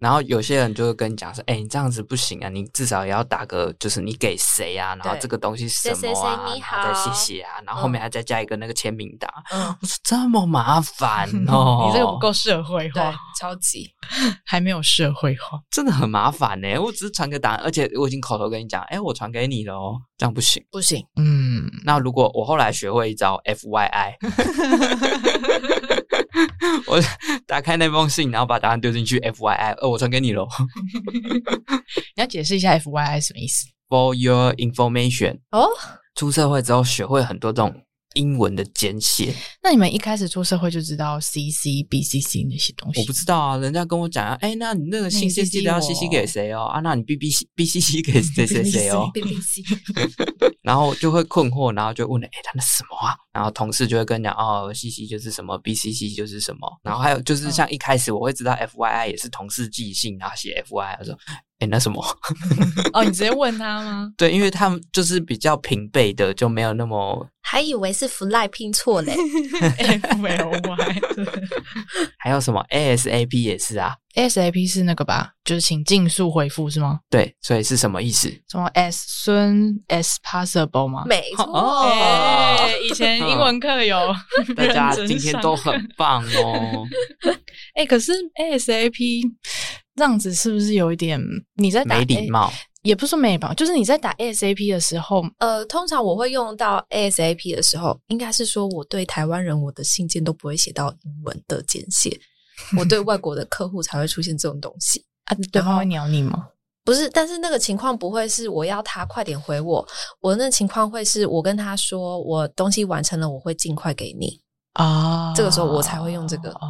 A: 然后有些人就会跟你讲说，哎、你这样子不行啊，你至少也要打个，就是你给谁啊，然后
B: 对
A: 这个东西是什
B: 谁谁
A: 么啊，
B: 谁你
A: 然后再
B: 好
A: 谢谢啊，然后后面还再加一个那个签名档。
B: 嗯，
A: 我说这么麻烦哦，
C: 你这个不够，社会
B: 对
C: 化，，
B: 超级。
C: 还没有社会化。
A: 真的很麻烦呢、我只是传个答案，而且我已经口头跟你讲，哎、我传给你了哦，这样不行。
B: 不行，
C: 嗯，
A: 那如果我后来学会一招 F Y I，我打开那封信，然后把答案丢进去 F Y I，呃，我传给你喽。
C: 你要解释一下 F Y I 什么意思？
A: For your information，
B: 哦，
A: 出社会之后学会很多这种英文的简 写。
C: 那你们一开始出社会就知道 C C B C C 那些东西？
A: 我不知道啊，人家跟我讲啊，哎、那你那个姓 C C 的要 C C 给谁哦？啊，那你 B B C B C C 给谁谁谁 哦？
B: BBC
A: 然后就会困惑，然后就问了，哎，他那什么啊？然后同事就会跟你讲，哦，C C 就是什么，B C C 就是什么。然后还有
C: 嗯
A: 就是像一开始我会知道 F Y I 也是同事寄信，然后写 F Y I 我说，哎，那什么？？
C: 哦，你直接问他吗
A: 对，因为他们就是比较平辈的，就没有那么
B: 还以为是 fly 拼错嘞
C: F L Y
A: 还有什么 ASAP 也是啊，
C: S A P 是那个吧？就是请尽速回复是吗？
A: 对，所以是什么意思？
C: 什么 as soon as possible 吗？
B: 没错，
A: 哦，
C: 哎以前英文课有
A: 大家
C: 认真
A: 今天都很
C: 上
A: 棒 哦。
C: 哎、可是 ASAP 这样子是不是有一点你在打
A: 没礼？貌，
C: 也不是说没礼貌，就是你在打 ASAP 的时候，
B: 呃，通常我会用到 ASAP 的时候，应该是说我对台湾人我的信件都不会写到英文的简 写，我对外国的客户才会出现这种东西。
C: 啊，对方会鸟你吗？
B: 不是，但是那个情况不会是我要他快点回我，我那情况会是我跟他说我东西完成了，我会尽快给你。
C: 啊、
B: 这个时候我才会用这个
C: 哦。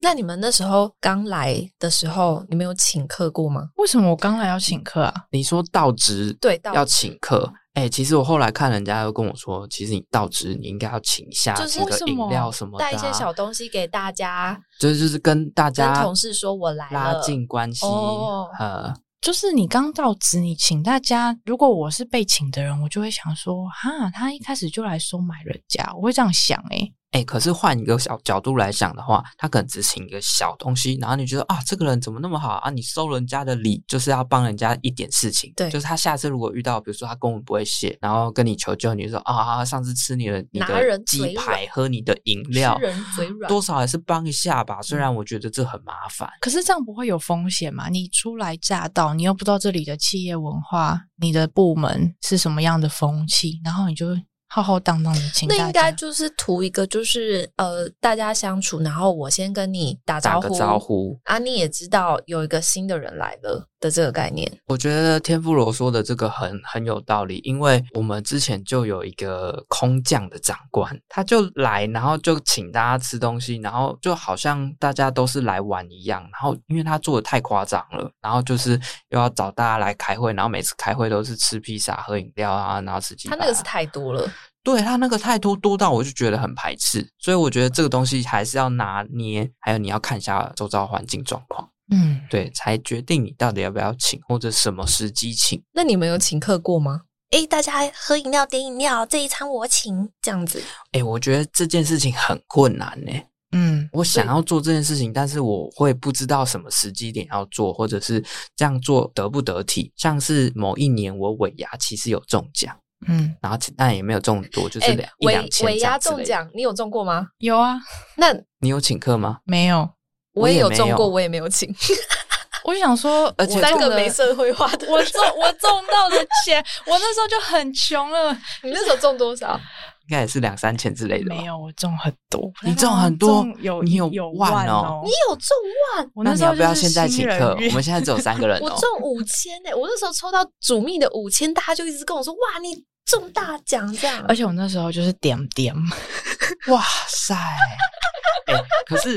B: 那你们那时候刚来的时候，你们有请客过吗？
C: 为什么我刚来要请客啊？
A: 你说到职
B: 对，到嗯
A: 要请客，哎、其实我后来看人家又跟我说，其实你到职你应该要请一下
B: 就是
A: 这个
C: 为什
A: 饮
C: 么
A: 料什么的、啊，
B: 带一些小，东西给大家，
A: 就是就是跟大
B: 跟
A: 家
B: 同事说我来
A: 拉
B: 了
A: 近关系，
B: 哦
A: 呃，
C: 就是你刚到职，你请大家，如果我是被请的人，我就会想说，哈，他一开始就来收买人家，我会这样想、欸，
A: 哎、可是换一个小角度来想的话，他可能只请一个小东西，然后你觉得啊，这个人怎么那么好啊？你收人家的礼，就是要帮人家一点事情。
B: 对
A: 就是他下次如果遇到，比如说他公文不会写，然后跟你求救，你就说啊，上次吃你的你
B: 拿
A: 的
B: 人
A: 鸡
B: 嘴啊
A: 排，
B: 软
A: 喝你的饮料
B: 吃，人嘴软嗯
A: 多少还是帮一下吧。虽然我觉得这很麻烦，
C: 可是这样不会有风险吗？你初来乍到，你又不知道这里的企业文化、你的部门是什么样的风气，然后你就浩浩荡荡的请
B: 那
C: 大
B: 应该
C: 家。
B: 就是图一个，就是呃，大家相处，然后我先跟你打
A: 打
B: 招
A: 个
B: 呼，
A: 招呼。
B: 啊，你也知道有一个新的人来了的这个概念，
A: 我觉得天妇罗说的这个很很有道理，因为我们之前就有一个空降的长官，他就来，然后就请大家吃东西，然后就好像大家都是来玩一样，然后因为他做的太夸张了，然后就是又要找大家来开会，然后每次开会都是吃披萨、喝饮料啊，然后吃鸡、
B: 他那个是太多了，
A: 对他那个态度多到我就觉得很排斥，所以我觉得这个东西还是要拿捏，还有你要看一下周遭环境状况，
C: 嗯，
A: 对，才决定你到底要不要请或者什么时机请。
B: 那你们有请客过吗？诶，大家喝饮料点饮料，这一餐我请，这样子。
A: 哎、我觉得这件事情很困难呢、
C: 嗯，
A: 我想要做这件事情，但是我会不知道什么时机点要做，或者是这样做得不得体。像是某一年我尾牙其实有中奖，
C: 嗯，
A: 然后其但也没有中很多，
B: 哎
A: 就是两、一两
B: 尾
A: 千
B: 尾牙
A: 这样之
B: 中
A: 类的。
B: 奖，你有中过吗？
C: 有啊，
B: 那
A: 你有请客吗？
C: 没有。
A: 我
B: 我
A: 也
B: 也有
A: 没
B: 中
A: 有
B: 过，我也没有请，
C: 我就想说，
A: 而且
C: 我
B: 三
C: 中
B: 个
C: 了
B: 没社会化的。
C: 我中我中到的钱，我那时候就很穷了。
B: 你那时候中多 少？
A: 应该也是两三千之类的吧
C: 没。有，我中很多，
A: 你中很多
C: 中有
A: 你有
C: 有
A: 万
C: 万
A: 哦
B: 你有中万？
C: 我
A: 那
C: 那
A: 你
C: 时候
A: 要不要
C: 就是
A: 现在
C: 新
A: 请
C: 人
A: 客？
C: 运
A: 我们现在只有三个 人
B: 我
A: 哦。
B: 中五千呢、我那时候抽到主秘的五千，大家就一直跟我说：“哇，你中大奖！”这样，
C: 而且我那时候就是点 点，
A: 哇塞！ 哎、可是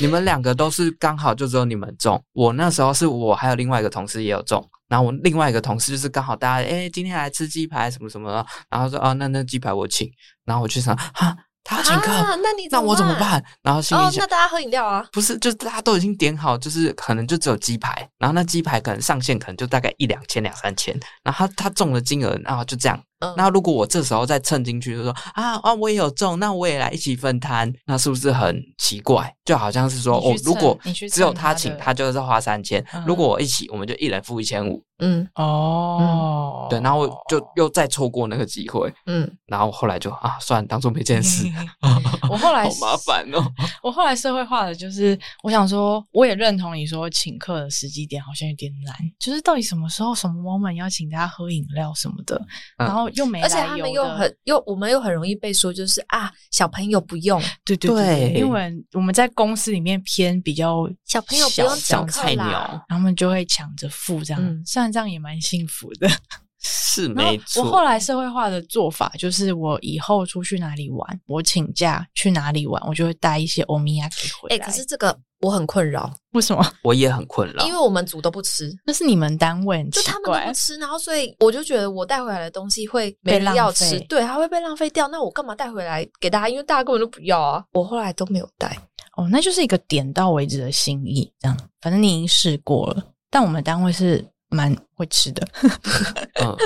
A: 你们两个都是刚好就只有你们中，我那时候是我还有另外一个同事也有中，然后我另外一个同事就是刚好大家哎、今天来吃鸡排什么什么的，然后说啊那那鸡排我请，然后我就想哈他要请客，
B: 啊，那你
A: 那我怎么？办？然后心里
B: 哦，
A: 想、
B: 那大家喝饮料啊。
A: 不是就是大家都已经点好，就是可能就只有鸡排，然后那鸡排可能上限可能就大概一两千两三千，然后他他中了金额，然后就这样
B: 嗯，
A: 那如果我这时候再蹭进去，就说啊啊，我也有中，那我也来一起分摊，那是不是很奇怪？就好像是说，
C: 你
A: 哦
C: 去，蹭
A: 如果
C: 你去蹭
A: 只有
C: 他
A: 他
C: 的
A: 请，他就是花三千；
C: 嗯
A: 如果我一起，我们就一人付一千五。
B: 嗯
C: 哦，
A: 嗯对，然后我 就又再错过那个机会，
B: 嗯，
A: 然后后来就啊，算了，当做没这件事。
C: 我后来
A: 好麻烦哦。
C: 我后来社会化的就是，我想说，我也认同你说请客的时机点好像有点难，就是到底什么时候、什么 moment 要请大家喝饮料什么的，
A: 嗯
C: 然后又没来
B: 而
C: 由
B: 且
C: 的，
B: 他们又很又，我们又很容易被说就是啊，小朋友不用，
C: 对对对，
A: 对
C: 因为我们在公司里面偏比较
B: 小朋友不
C: 小
B: 用
A: 小
B: 讲
A: 菜
B: 课
A: 鸟
B: 啦。
C: 他们就会抢着付这样，
B: 嗯
C: 虽然这样也蛮幸福的。
A: 是
C: 然后
A: 没
C: 我后
A: 错，
C: 来社会化的做法就是，我以后出去哪里玩，我请假去哪里玩，我就会带一些欧米亚给回来。
B: 哎、可是这个我很困扰，
C: 为什么？
A: 我也很困扰
B: 因。为我们组都不吃。
C: 那是你们单位很
B: 就
C: 奇
B: 他们都不
C: 怪，啊
B: 吃，然后所以我就觉得我带回来的东西会没
C: 被
B: 人
C: 浪
B: 要吃
C: 费，
B: 对，它会被浪费掉。那我干嘛带回来给大家？因为大家根本就不要啊。我后来都没有带，
C: 哦，那就是一个点到为止的心意，这样。反正你已经试过了，但我们单位是蛮会吃的，
A: 嗯，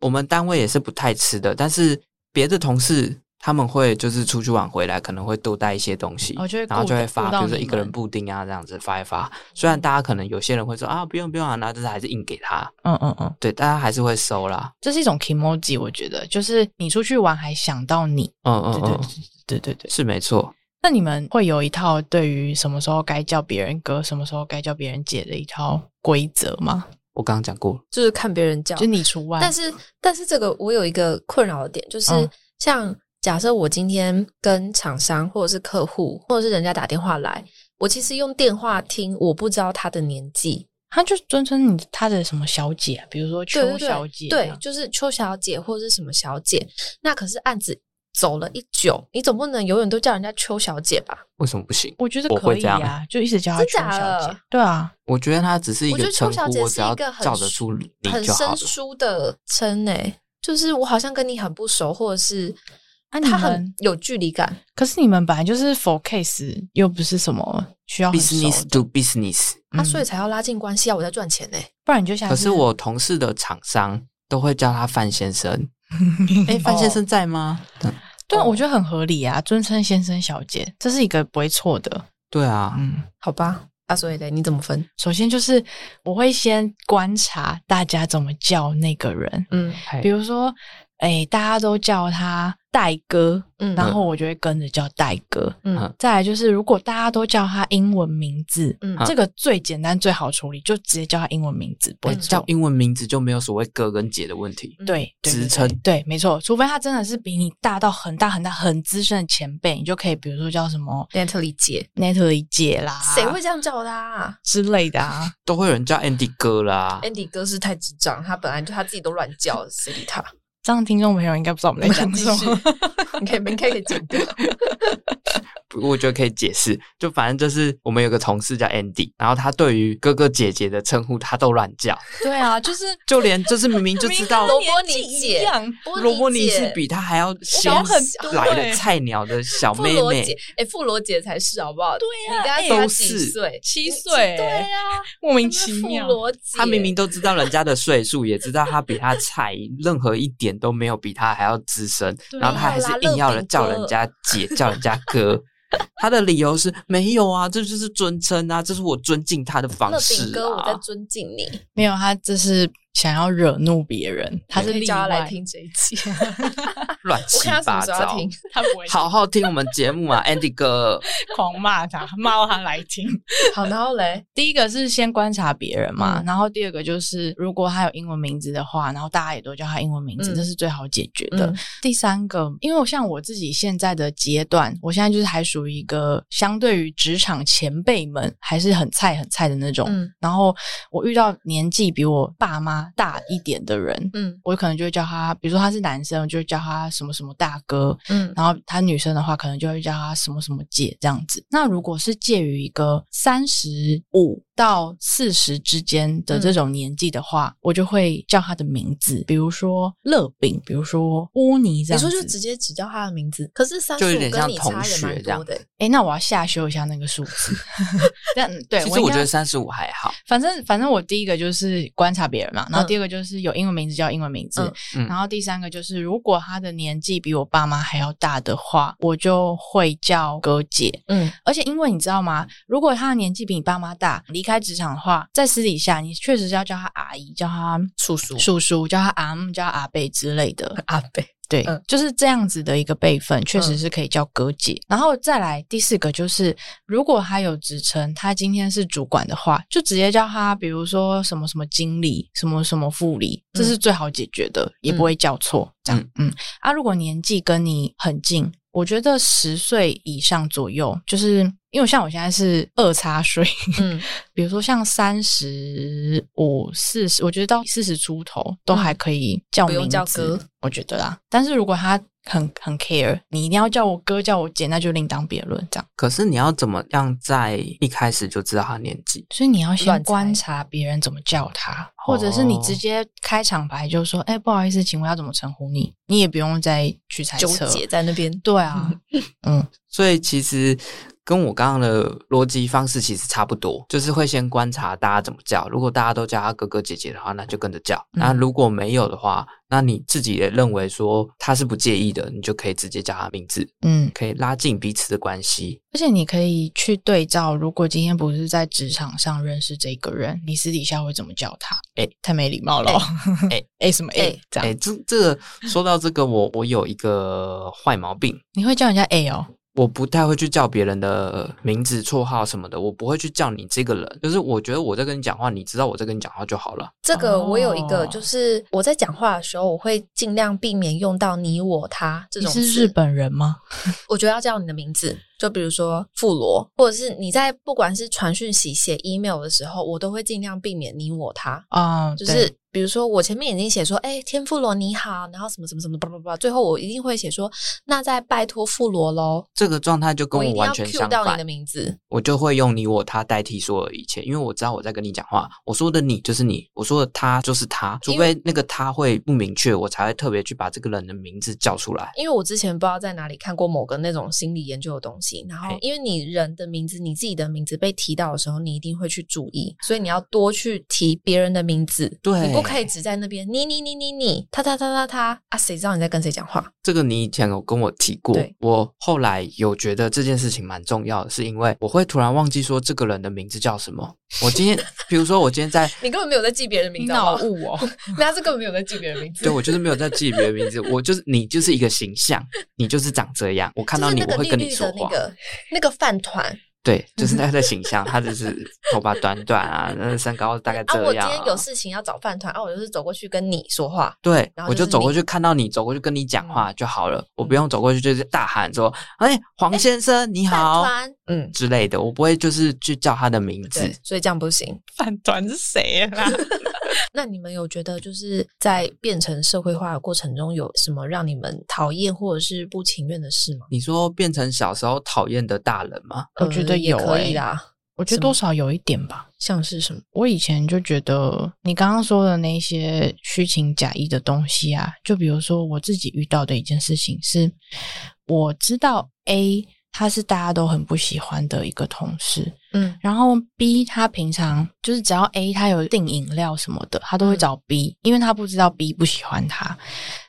A: 我们单位也是不太吃的，但是别的同事他们会就是出去玩回来，可能会多带一些东西，
C: 哦就会
A: 然后
C: 顾
A: 就会
C: 顾
A: 发，
C: 到
A: 比如说
C: 你
A: 一个人
C: 们
A: 布丁啊这样子发一发。虽然大家可能有些人会说啊不用不用啊，那但是还是硬给他，
C: 嗯嗯嗯，
A: 对，大家还是会收啦。
C: 这是一种 emoji，我觉得就是你出去玩还想到你，
A: 嗯嗯
C: 对对
A: 嗯，
C: 对对对。
A: 是没错。
C: 那你们会有一套对于什么时候该叫别人哥，什么时候该叫别人姐的一套规则吗？
A: 我刚刚讲过了，
B: 就是看别人叫
C: 就你除外，
B: 但是，但是这个我有一个困扰的点，就是、
C: 嗯
B: 像假设我今天跟厂商或者是客户，或者是人家打电话来，我其实用电话听，我不知道他的年纪。
C: 他就尊称你他的什么小姐、啊比如说
B: 对对
C: 邱
B: 对
C: 小姐这
B: 对
C: 样，，
B: 就是邱小姐或者是什么小姐。那可是案子走了一久，你总不能永远都叫人家邱小姐吧？
A: 为什么不行？
C: 我觉得
A: 我会
C: 可以
A: 这样
C: 啊，就一直叫她
B: 真
C: 邱
B: 假
C: 小姐
B: 的，
C: 对啊，
A: 我觉得它只是一
B: 我觉
A: 个
B: 得
A: 称
B: 邱小
A: 呼，
B: 姐
A: 我
B: 是
A: 只
B: 一
A: 要
B: 个很
A: 照得出你
B: 很
A: 就好
B: 生
A: 了。
B: 疏的称诶、就是我好像跟你很不熟，或者是
C: 啊你
B: 他很
C: 们
B: 有距离感。
C: 可是你们本来就是 for case，又不是什么需要很熟的
A: Business to business，
B: 啊，
C: 嗯
B: 所以才要拉近关系啊！我在赚钱呢、
C: 不然你就想。
A: 可是 我同事的厂商都会叫他范先生。哎，范先生在吗？嗯
C: 哦对啊，
B: 哦
C: 我觉得很合理啊，尊称先生小姐，这是一个不会错的。
A: 对啊，
C: 嗯，
B: 好吧，啊，所以嘞，你怎么分？
C: 首先就是我会先观察大家怎么叫那个人，
B: 嗯
A: 嘿
C: 比如说，哎、大家都叫他戴哥，
B: 嗯
C: 然后我就会跟着叫戴哥。
B: 嗯
A: 嗯
C: 再来就是，如果大家都叫他英文名字，
B: 嗯
C: 这个最简单最好处理，就直接叫他英文名字，
B: 嗯
C: 不会
A: 诶
C: 错
A: 叫英文名字就没有所谓哥跟姐的问题。
C: 对对
A: 职
C: 对
A: 称
C: 对，没错，除非他真的是比你大到很大很大很资深的前辈，你就可以比如说叫什么
B: Natalie 姐，
C: Natalie 姐啦，
B: 谁会这样叫他、啊、
C: 之类的啊？
A: 都会有人叫 Andy 哥啦。
B: ？Andy 哥是太智障，他本来就他自己都乱叫，谁理他？
C: 这样听众朋友应该不知道我们在讲
B: 继
C: 什么。
B: 续 你可以，你可以剪掉。
A: 不过我觉得可以解释，就反正就是我们有个同事叫 Andy，然后他对于哥哥姐姐的称呼他都乱叫，
C: 对啊，就是
A: 就连就是明明就知 道
B: 萝卜泥姐
C: 一样，
A: 罗伯尼是比他还要先
C: 小很多
A: 来
C: 欸
A: 的菜鸟的小
B: 富
A: 妹
B: 罗
A: 妹，
B: 姐，哎，富罗姐才是好不好？对
C: 啊
B: 你刚才
C: 哎
B: 她
A: 都
B: 几
A: 是
B: 岁？
C: 七
B: 你
C: 岁
B: 对啊，
C: 莫名
B: 她
C: 其
B: 是
C: 妙
B: 富。罗姐，
A: 他明明都知道人家的岁数，也知道他比他菜，任何一点都没有比他还要资深，
C: 对
A: 然后他还是硬要人叫人家姐，叫人家哥。他的理由是没有啊，这就是尊称啊，这是我尊敬他的方
B: 乐饼
A: 式
B: 哥，我在
A: 啊。
B: 尊敬你，
C: 没有，他这是想要惹怒别人，他是
B: 可以
C: 例
B: 叫他
C: 外
B: 来，听这一集，
A: 乱
B: 我
A: 七
B: 看他
A: 八
B: 什么时候
A: 糟
B: 要，听。
C: 他不会
A: 好好听我们节目啊，Andy 哥。
C: 狂骂他，骂到他来听。
B: 好，然后嘞，
C: 第一个是先观察别人嘛，
B: 嗯
C: 然后第二个就是如果他有英文名字的话，然后大家也都叫他英文名字，
B: 嗯
C: 这是最好解决的。
B: 嗯
C: 第三个，因为我像我自己现在的阶段，我现在就是还属于一个相对于职场前辈们还是很菜很菜的那种，
B: 嗯
C: 然后我遇到年纪比我爸妈大一点的人。
B: 嗯
C: 我可能就会叫他，比如说他是男生，我就会叫他什么什么大哥，
B: 嗯
C: 然后她女生的话，可能就会叫她什么什么姐这样子。那如果是介于一个三十五到四十之间的
A: 嗯
C: 这种年纪的话，我就会叫她的名字，比如说乐饼，比如说乌尼这
B: 你说
C: 样
B: 就直
C: 子。
B: 接只叫他的名字，可是三十
A: 就有
B: 五
A: 点
B: 跟
A: 像
B: 你
A: 同
B: 差也
A: 学
B: 蛮
A: 这样
B: 多的欸、
C: 哎，那我要下修一下那个 数字。 但嗯对，
A: 其实我
C: 应
A: 觉
C: 该
A: 得三十五还好，
C: 反正反正我第一个就是观察别人嘛，然
B: 嗯
C: 后第二个就是有英文名字叫英文名字，
B: 嗯
A: 嗯
C: 然后第三个就是如果他的年纪比我爸妈还要大的话，我就会叫哥姐。
B: 嗯，
C: 而且因为你知道吗？如果他的年纪比你爸妈大，离开职场的话，在私底下你确实是要叫他阿姨，叫他
B: 叔叔
C: 叔叔，叫他阿姆，叫他阿贝之类的。
B: 阿贝，
C: 对，
B: 嗯
C: 就是这样子的一个辈分，确实是可以叫哥姐。然后再来第四个就是，如果他有职称，他今天是主管的话，就直接叫他，比如说什么什么经理，什么什么副理，这是最好解决的，也不会叫错。这样，嗯啊，如果年纪跟你很近。我觉得十岁以上左右，就是因为像我现在是二叉水，
B: 嗯，
C: 比如说像三十五、四十，我觉得到四十出头都还可以叫
B: 嗯不
C: 名
B: 用叫
C: 字，
B: 哥
C: 我觉得啦。但是如果他很很 care，你一定要叫我哥叫我姐，那就另当别论这样。
A: 可是你要怎么样在一开始就知道他年纪？
C: 所以你要
B: 乱
C: 先
B: 猜哦
C: 观察别人怎么叫他，或者是你直接开场白就说：“哎、不好意思，请问要怎么称呼你？”你也不用再去猜
B: 纠
C: 测。
B: 结在那边。
C: 对啊，嗯，
A: 所以其实跟我刚刚的逻辑方式其实差不多，就是会先观察大家怎么叫。如果大家都叫他哥哥姐姐的话，那就跟着叫；
C: 嗯
A: 那如果没有的话，那你自己也认为说他是不介意的，你就可以直接叫他名字，
C: 嗯，
A: 可以拉近彼此的关系。
C: 而且你可以去对照，如果今天不是在职场上认识这个人，你私底下会怎么叫他？哎、
A: 哎
C: 太没礼貌了哦！
A: 哎
C: 哎、什么哎、
B: 哎
C: 这样、
A: 哎，这这个说到这个，我我有一个坏毛病，
C: 你会叫人家哎、哦？
A: 我不太会去叫别人的名字、绰号什么的，我不会去叫你这个人。就是我觉得我在跟你讲话，你知道我在跟你讲话就好了。
B: 这个我有一个，
C: 哦
B: 就是我在讲话的时候，我会尽量避免用到你、我、他这
C: 你
B: 种
C: 是
B: 字
C: 日本人吗？
B: 我觉得要叫你的名字，就比如说富罗，或者是你在不管是传讯息、写 email 的时候，我都会尽量避免你、我、他。
C: 啊、
B: 就是比如说，我前面已经写说，哎、天富罗你好，然后什么什么什么，叭叭叭，最后我一定会写说，那再拜托富罗喽，
A: 这个状态就跟
B: 一定
A: 完
B: 要
A: 全
B: cue
A: 相
B: 到
A: 反
B: 你的。名字，
A: 我就会用你我他代替所有一切，因为我知道我在跟你讲话，我说的你就是你，我说的他就是他，除
B: 因为
A: 非那个他会不明确，我才会特别去把这个人的名字叫出来。
B: 因为我之前不知道在哪里看过某个那种心理研究的东西，然后
A: 嘿
B: 因为你人的名字，你自己的名字被提到的时候，你一定会去注意，所以你要多去提别人的名字，
A: 对
B: 你不可以只在那边你你你你你他他他他他啊，谁知道你在跟谁讲话？
A: 这个你以前有跟我提过
B: 对，
A: 我后来有觉得这件事情蛮重要的，是因为我会突然忘记说这个人的名字叫什么。我今天，比如说我今天 在
B: 你根本没有在记别人的
C: 你
B: 名字，
C: 脑
B: 好不好
C: 雾哦，
B: 那是根本没有在记别人名字
A: 对。我就是没有在记别人名字，我就是你就是一个形象，你就是长这样。我 看到你，
B: 就是
A: 我会
B: 那个绿
A: 跟你
B: 绿
A: 说
B: 的
A: 话。
B: 那个那个饭 团
A: 对，就是他的形象，他就是头发短短啊，那身高大概
B: 啊！
A: 这
B: 我今
A: 样、
B: 天有事情要找饭团啊，我就是走过去跟你说话，
A: 对
B: 然，后
A: 我
B: 就是
A: 就走过
B: 你
A: 去看到你，走过去跟你讲话就好了，我不用走过去就是大喊说：“哎，黄先生你
B: 饭
A: 好
B: 团，嗯，”
A: 之类的，我不会就是去叫他的名字
B: 对。，所以这样不行。
C: 饭团是谁啦？
B: 那你们有觉得就是在变成社会化的过程中，有什么让你们讨厌或者是不情愿的事吗？
A: 你说变成小时候讨厌的大人吗？
C: 我觉得
B: 呃也
C: 有
B: 可以
C: 欸
B: 啦，
C: 我觉得多少有一点吧。
B: 像是什么？
C: 我以前就觉得你刚刚说的那些虚情假意的东西啊，就比如说我自己遇到的一件事情是，我知道 A 他是大家都很不喜欢的一个同事，
B: 嗯
C: 然后 B 他平常就是只要 A 他有订饮料什么的，他
B: 嗯
C: 都会找 B，、因为他不知道 B 不喜欢他，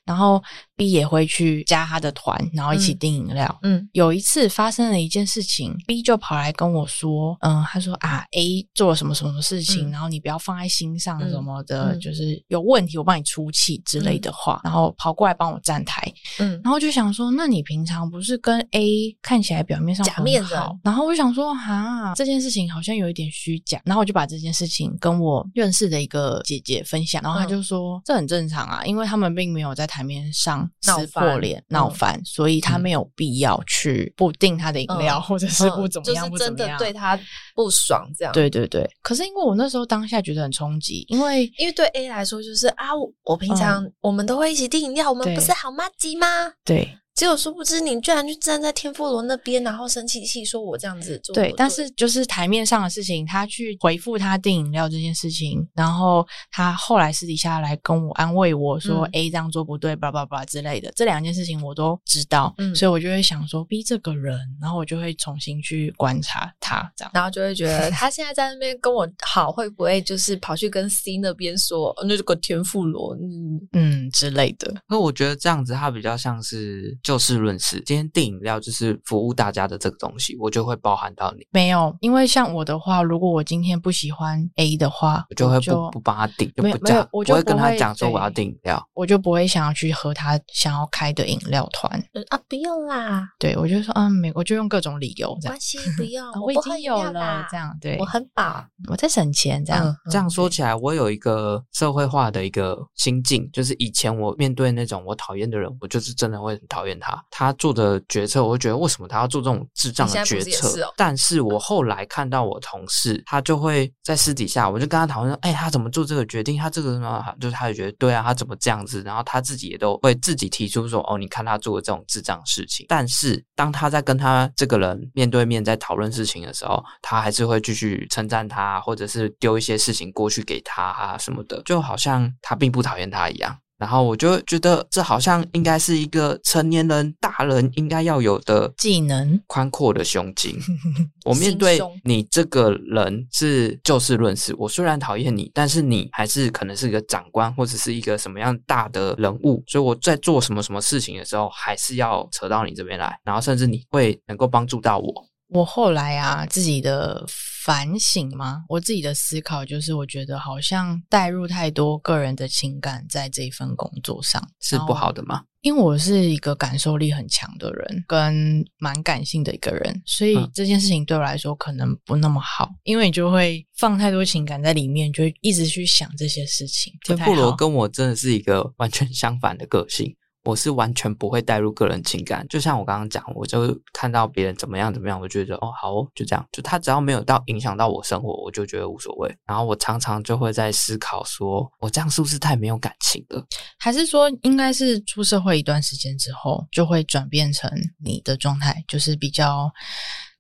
C: 然后 B 也会去加他的团，然后一起
B: 嗯
C: 订饮料。
B: 嗯
C: 有一次发生了一件事情，B 就跑来跟我说，嗯，他说啊，A 做了什么什么事情，
B: 嗯
C: 然后你不要放在心上
B: 嗯
C: 什么的，
B: 嗯
C: 就是有问题我帮你出气之类的话，然后跑过来帮我站台，
B: 嗯，
C: 然后就想说，那你平常不是跟 A 看起来表面上
B: 假
C: 很
B: 面人
C: 好，然后我想说，哈，这件事情好像有一点虚假，然后我就把这件事情跟我认识的一个姐姐分享，然后她
B: 嗯
C: 就说、这很正常啊，因为他们并没有在台面上
B: 闹
C: 撕
B: 翻
C: 破脸闹
B: 嗯
C: 翻，所以他没有必要去不定他的饮料，
B: 嗯
C: 或者 是不怎么样，
B: 嗯
C: 不
B: 就是
C: 怎
B: 真
C: 么样
B: 的对他不爽这样。，
C: 对对对，可是因为我那时候当下觉得很冲击，因为
B: 因为对 A 来说就是啊，我我平常我们都会一起订饮料，我们
C: 嗯对
B: 不是好妈鸡吗？
C: 对
B: 结果殊不知你居然就站在天妇罗那边，然后生气气说我这样子做不。
C: 对，但是就是台面上的事情，他去回复他订饮料这件事情，然后他后来私底下来跟我安慰我说、
B: 嗯
C: A 这样做不对，叭叭叭之类的，这两件事情我都知道，
B: 嗯
C: 所以我就会想说 B 这个人，然后我就会重新去观察他这样。
B: 然后就会觉 得他现在在那边跟我好，会不会就是跑去跟 C 那边说，哦那这个天妇罗，嗯，
C: 嗯之类的，
A: 那我觉得这样子，它比较像是就事论事。今天订饮料就是服务大家的这个东西，我就会包含到你，
C: 没有，因为像我的话，如果我今天不喜欢 A 的话，
A: 我就会
C: 我
A: 不不帮他订，就
C: 没有
A: 不
C: 没有
A: 叫，
C: 我
A: 不
C: 就
A: 会跟
C: 不
A: 他
C: 会
A: 讲说我要
C: 对
A: 订饮料。
C: 我就不会想要去喝他想要开的饮料团。
B: 就啊不用啦，
C: 对我就说，嗯，没，我就用各种理由这样
B: 关。系不 用
C: 啊，我
B: 哦我
C: 已
B: 不喝
C: 经
B: 饮
C: 有
B: 料
C: 了
B: 啦，
C: 这样对
B: 我，很饱，
C: 我在省钱
B: 嗯
C: 这样。
A: 这样说起来，我有一个社会化的一个心境，就是以前我面对那种我讨厌的人，我就是真的会很讨厌厌他，他做的决策，我会觉得为什么他要做这种智障的决
B: 你现在不
A: 策？
B: 是也是哦
A: 但是我后来看到我同事，他就会在私底下，我就跟他讨论说，哎、他怎么做这个决定？他这个什么，就是他就觉得对啊，他怎么这样子？然后他自己也都会自己提出说，哦，你看他做的这种智障事情。但是当他在跟他这个人面对面在讨论事情的时候，他还是会继续称赞他，或者是丢一些事情过去给他啊什么的，就好像他并不讨厌他一样。然后我就觉得这好像应该是一个成年人、大人应该要有的
C: 技能
A: 宽阔的胸襟。我面
B: 心
A: 对
B: 胸
A: 你这个人是就事论事，我虽然讨厌你，但是你还是可能是一个长官或者是一个什么样大的人物，所以我在做什么什么事情的时候，还是要扯到你这边来，然后甚至你会能够帮助到我。
C: 我后来啊，自己的反省嘛，我自己的思考就是，我觉得好像带入太多个人的情感在这一份工作上
A: 是不好的吗？
C: 因为我是一个感受力很强的人，跟蛮感性的一个人，所以
A: 嗯
C: 这件事情对我来说可能不那么好，因为你就会放太多情感在里面，就会一直去想这些事情，不
A: 天
C: 太
A: 妇罗
C: 好
A: 跟我真的是一个完全相反的个性，我是完全不会带入个人情感。就像我刚刚讲，我就看到别人怎么样怎么样，我就觉得哦好哦，就这样，就他只要没有到影响到我生活，我就觉得无所谓。然后我常常就会在思考说，我这样是不是太没有感情了？
C: 还是说，应该是出社会一段时间之后，就会转变成你的状态，就是比较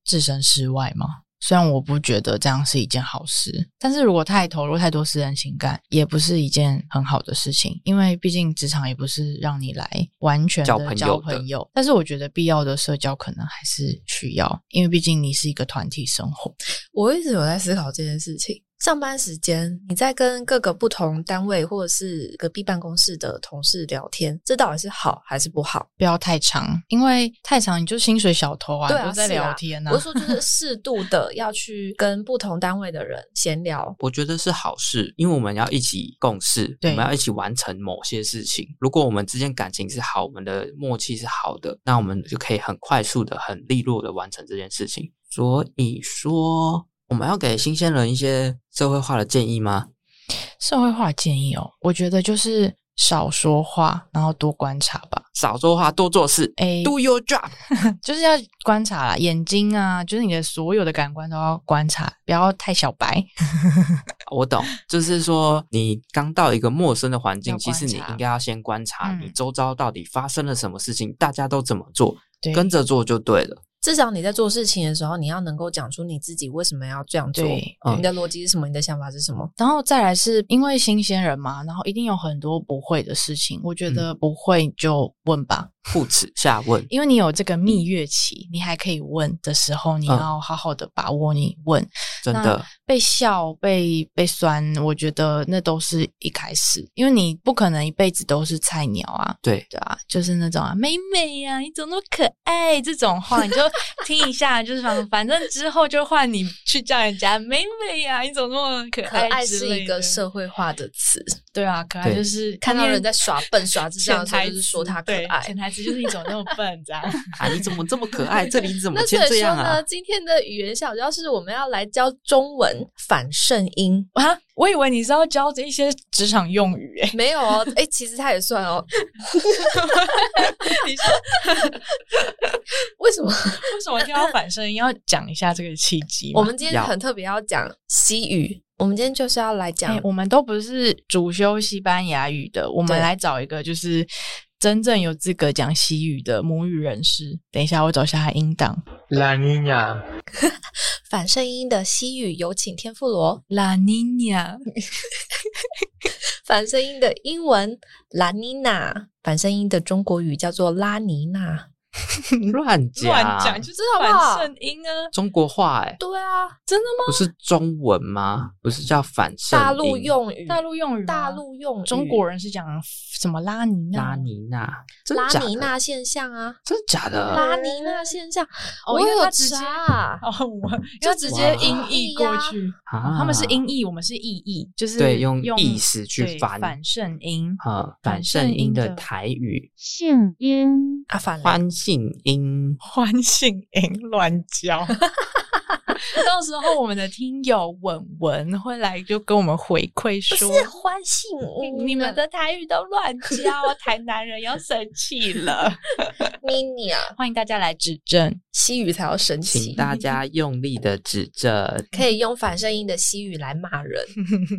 C: 置身事外嘛。虽然我不觉得这样是一件好事，但是如果太投入太多私人情感，也不是一件很好的事情，因为毕竟职场也不是让你来完全地
A: 交朋友的
C: 交朋友。但是我觉得必要的社交可能还是需要，因为毕竟你是一个团体生活。
B: 我一直有在思考这件事情。上班时间，你在跟各个不同单位或者是隔壁办公室的同事聊天，这到底是好还是不好？
C: 不要太长，因为太长你就薪水小偷啊，
B: 对
C: 你
B: 啊，
C: 都在
B: 是啊
C: 聊天啊。
B: 我是说，就是适度 的要去跟不同单位的人闲聊，
A: 我觉得是好事，因为我们要一起共事，我
C: 对
A: 们要一起完成某些事情。如果我们之间感情是好，我们的默契是好的，那我们就可以很快速的、很利落的完成这件事情。所以说，我们要给新鲜人一些社会化的建议吗？
C: 社会化建议哦，我觉得就是少说话，然后多观察吧。
A: 少说话，多做事、
C: 哎，
A: d o your job。
C: 就是要观察啦，眼睛啊，就是你的所有的感官都要观察，不要太小白。
A: 嗯我懂，就是说你刚到一个陌生的环境，
C: 要
A: 其
C: 观
A: 实你
C: 察
A: 应该要先观察
C: 嗯
A: 你周遭到底发生了什么事情，大家都怎么做，
C: 对，
A: 跟着做就对了。
B: 至少你在做事情的时候，你要能够讲出你自己为什么要这样做，
C: 对
A: 嗯
B: 你的逻辑是什么，你的想法是什么。
C: 然后再来是因为新鲜人嘛，然后一定有很多不会的事情，我觉
A: 嗯
C: 得不会就问吧，
A: 不耻下问，
C: 因为你有这个蜜月期，你还可以问的时候，你
A: 嗯
C: 要好好的把握你问，
A: 真的。
C: 被笑、被被酸，我觉得那都是一开始，因为你不可能一辈子都是菜鸟啊。
A: 对，
C: 对啊，就是那种啊，美美呀、你怎么那么可爱？这种话你就听一下，就是反反正之后就换你去叫人家美美呀、你怎么那么可
B: 可
C: 爱
B: 爱
C: 之
B: 是
C: 类
B: 一个
C: 的
B: 社会化的词，
C: 对啊，可爱
A: 对
C: 就是
B: 看到人在耍笨耍智障
C: 潜
B: 的时候，
C: 台
B: 就是说
C: 词
B: 他可
C: 对
B: 爱
C: 潜。台词就是你怎么那 么笨这样。
A: 啊，你怎么这么可爱？这里你怎么
B: 那所
A: 先
B: 以
A: 这
B: 说
A: 样
B: 呢
A: 啊，？
B: 今天的语言小教室我们要来教中文反圣音，
C: 啊，我以为你是要教一些职场用语欸诶、
B: 没有哦，哎、其实它也算 哦。
C: 你是
B: 为什么？
C: 为什么听到反声音要讲一下这个契机吗？
B: 我们今天
A: 要
B: 很特别要讲西语，我们今天就是要来讲
C: 哎，我们都不是主修西班牙语的，我们
B: 对
C: 来找一个就是真正有资格讲西语的母语人士。等一下，我找一下他音档。
D: La niña.
B: 反圣音的西语，有请天妇罗。
C: La Niña，
B: 反声音的英文拉尼娜，反声音的中国语叫做拉尼娜。
A: 乱讲，
C: 乱讲就是
B: 真的吗
C: 反声音啊！
A: 中国话哎、
B: 对啊，
C: 真的吗？
A: 不是中文吗？不是叫反圣
B: 大陆
A: 音
B: 用语，
C: 大陆用语吗，
B: 大陆用语，
C: 中国人是讲什么拉尼娜？
A: 拉尼娜，真
B: 拉
A: 假
B: 尼
A: 的呃
B: 娜现象啊，
A: 真假的？
B: 拉尼娜现象，
C: 哦
B: 我
C: 因为
B: 有
C: 他直接
B: 查。
C: 哦，我
B: 就
C: 就
B: 直
C: 直
A: 接
C: 接音译过去。
A: 嗯啊
C: 他们是音译，我们是意译，就是
A: 对用
C: 用
A: 意思去
C: 对
A: 翻
C: 反圣音。
A: 啊，
C: 反
A: 反圣
C: 圣
A: 音
C: 音
A: 的
C: 的
A: 台语
E: 性音。
B: 啊，反了，
A: 欢庆音，
C: 欢庆营乱教。 到时候我们的听友文文会来就跟我们回馈说，
B: 欢庆屋
C: 你们的台语都乱教，台南人要生气了。
B: mini 啊，
C: 欢迎大家来指 正。
B: 西语才要神
A: 请
B: 奇，
A: 大家用力的指正。
B: 可以用反声音的西语来 骂人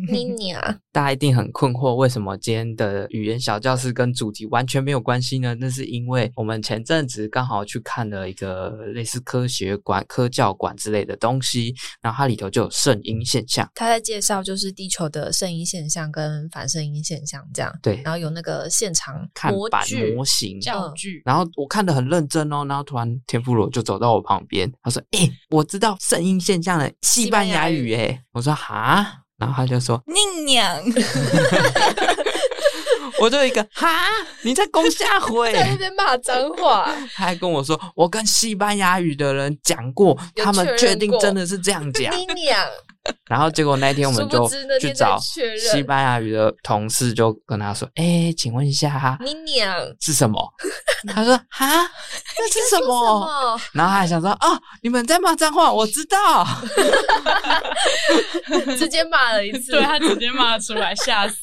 B: mini 啊，
A: 大家一定很困惑，为什么今天的语言小教室跟主题完全没有关系呢？那是因为我们前阵子刚好去看了一个类似科学馆、科教馆之类的东西，然后它里头就有圣音现象。
B: 他在介绍就是地球的声音现象跟反声音现象这样，
A: 对，
B: 然后有那个现场
A: 看
B: 嗯模
A: 板
B: 具
A: 模型。
C: 教具，
A: 然后我看得很认真哦，然后突然天妇罗就走到我旁边，他说：“哎、我知道声音现象的西班牙语。”哎，我说：“哈。”然后他就说
C: 宁娘
A: 我就一个哈，你在攻下 回，
B: 在那边骂脏 话，
A: 他还跟我说，我跟西班牙语的人讲过，
B: 有
A: 他们
B: 确认
A: 确定
B: 过
A: 真的是这样 讲。
B: mini 啊，
A: 然后结果那一天我
B: 殊
A: 们
B: 不
A: 就
B: 知那
A: 去
B: 天
A: 找
B: 在确认
A: 西班牙语的同事，就跟他说：“哎、请问一下
B: mini 啊，
A: 是什么？” 他说：“哈，那是什
B: 说
A: 么？”
B: 么？
A: 然后他还想说：“哦，你们在骂脏话，我知道。
B: 直接骂了一次，
C: 对啊他直接骂出来，吓死！”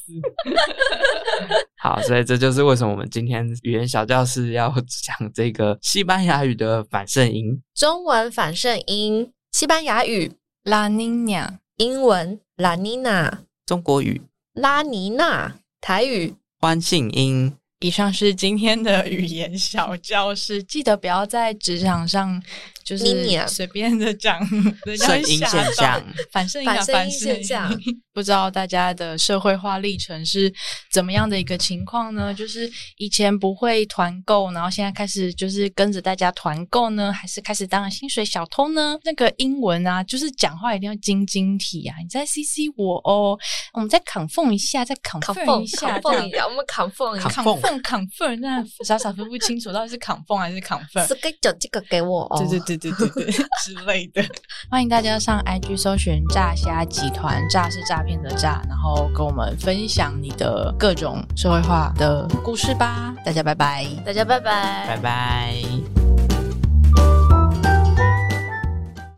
A: 好，所以这就是为什么我们今天语言小教室要讲这个西班牙语的反圣音。
B: 中文反圣音，西班牙语、
C: 拉宁娘，
B: 英文拉尼娜、
A: 中国语
B: 拉尼娜、台语。
A: 欢庆音。
C: 以上是今天的语言小教室，记得不要在职场上就是
B: 宁娘
C: 随便的 讲，人家
A: 圣
C: 会
A: 音
C: 吓
A: 现
C: 到
A: 象，
C: 反射音
B: 反
C: 啊，
B: 声
C: 反
B: 音
C: 射
B: 现象
C: 音。 不知道大家的社会化历程是怎么样的一个情况呢？就是以前不会团购，然后现在开始就是跟着大家团购呢，还是开始当薪水小偷呢？那个英文啊，就是讲话一定要晶晶体啊！你再 CC 我哦，我们再 confirm 一下，再 confirm 一下，这样
B: 一下，我们扛缝一下。
A: confirm
C: confirm confirm，那傻傻分不清楚到底是 confirm 还是 confirm。
B: 这个就这个给我哦。
C: 对对对对对对 之类的。欢迎大家上 IG 搜寻“诈虾集团”，诈是诈骗的诈，然后跟我们分享你的各种社会化的故事吧。大家拜拜。
B: 大家拜拜
A: 拜拜。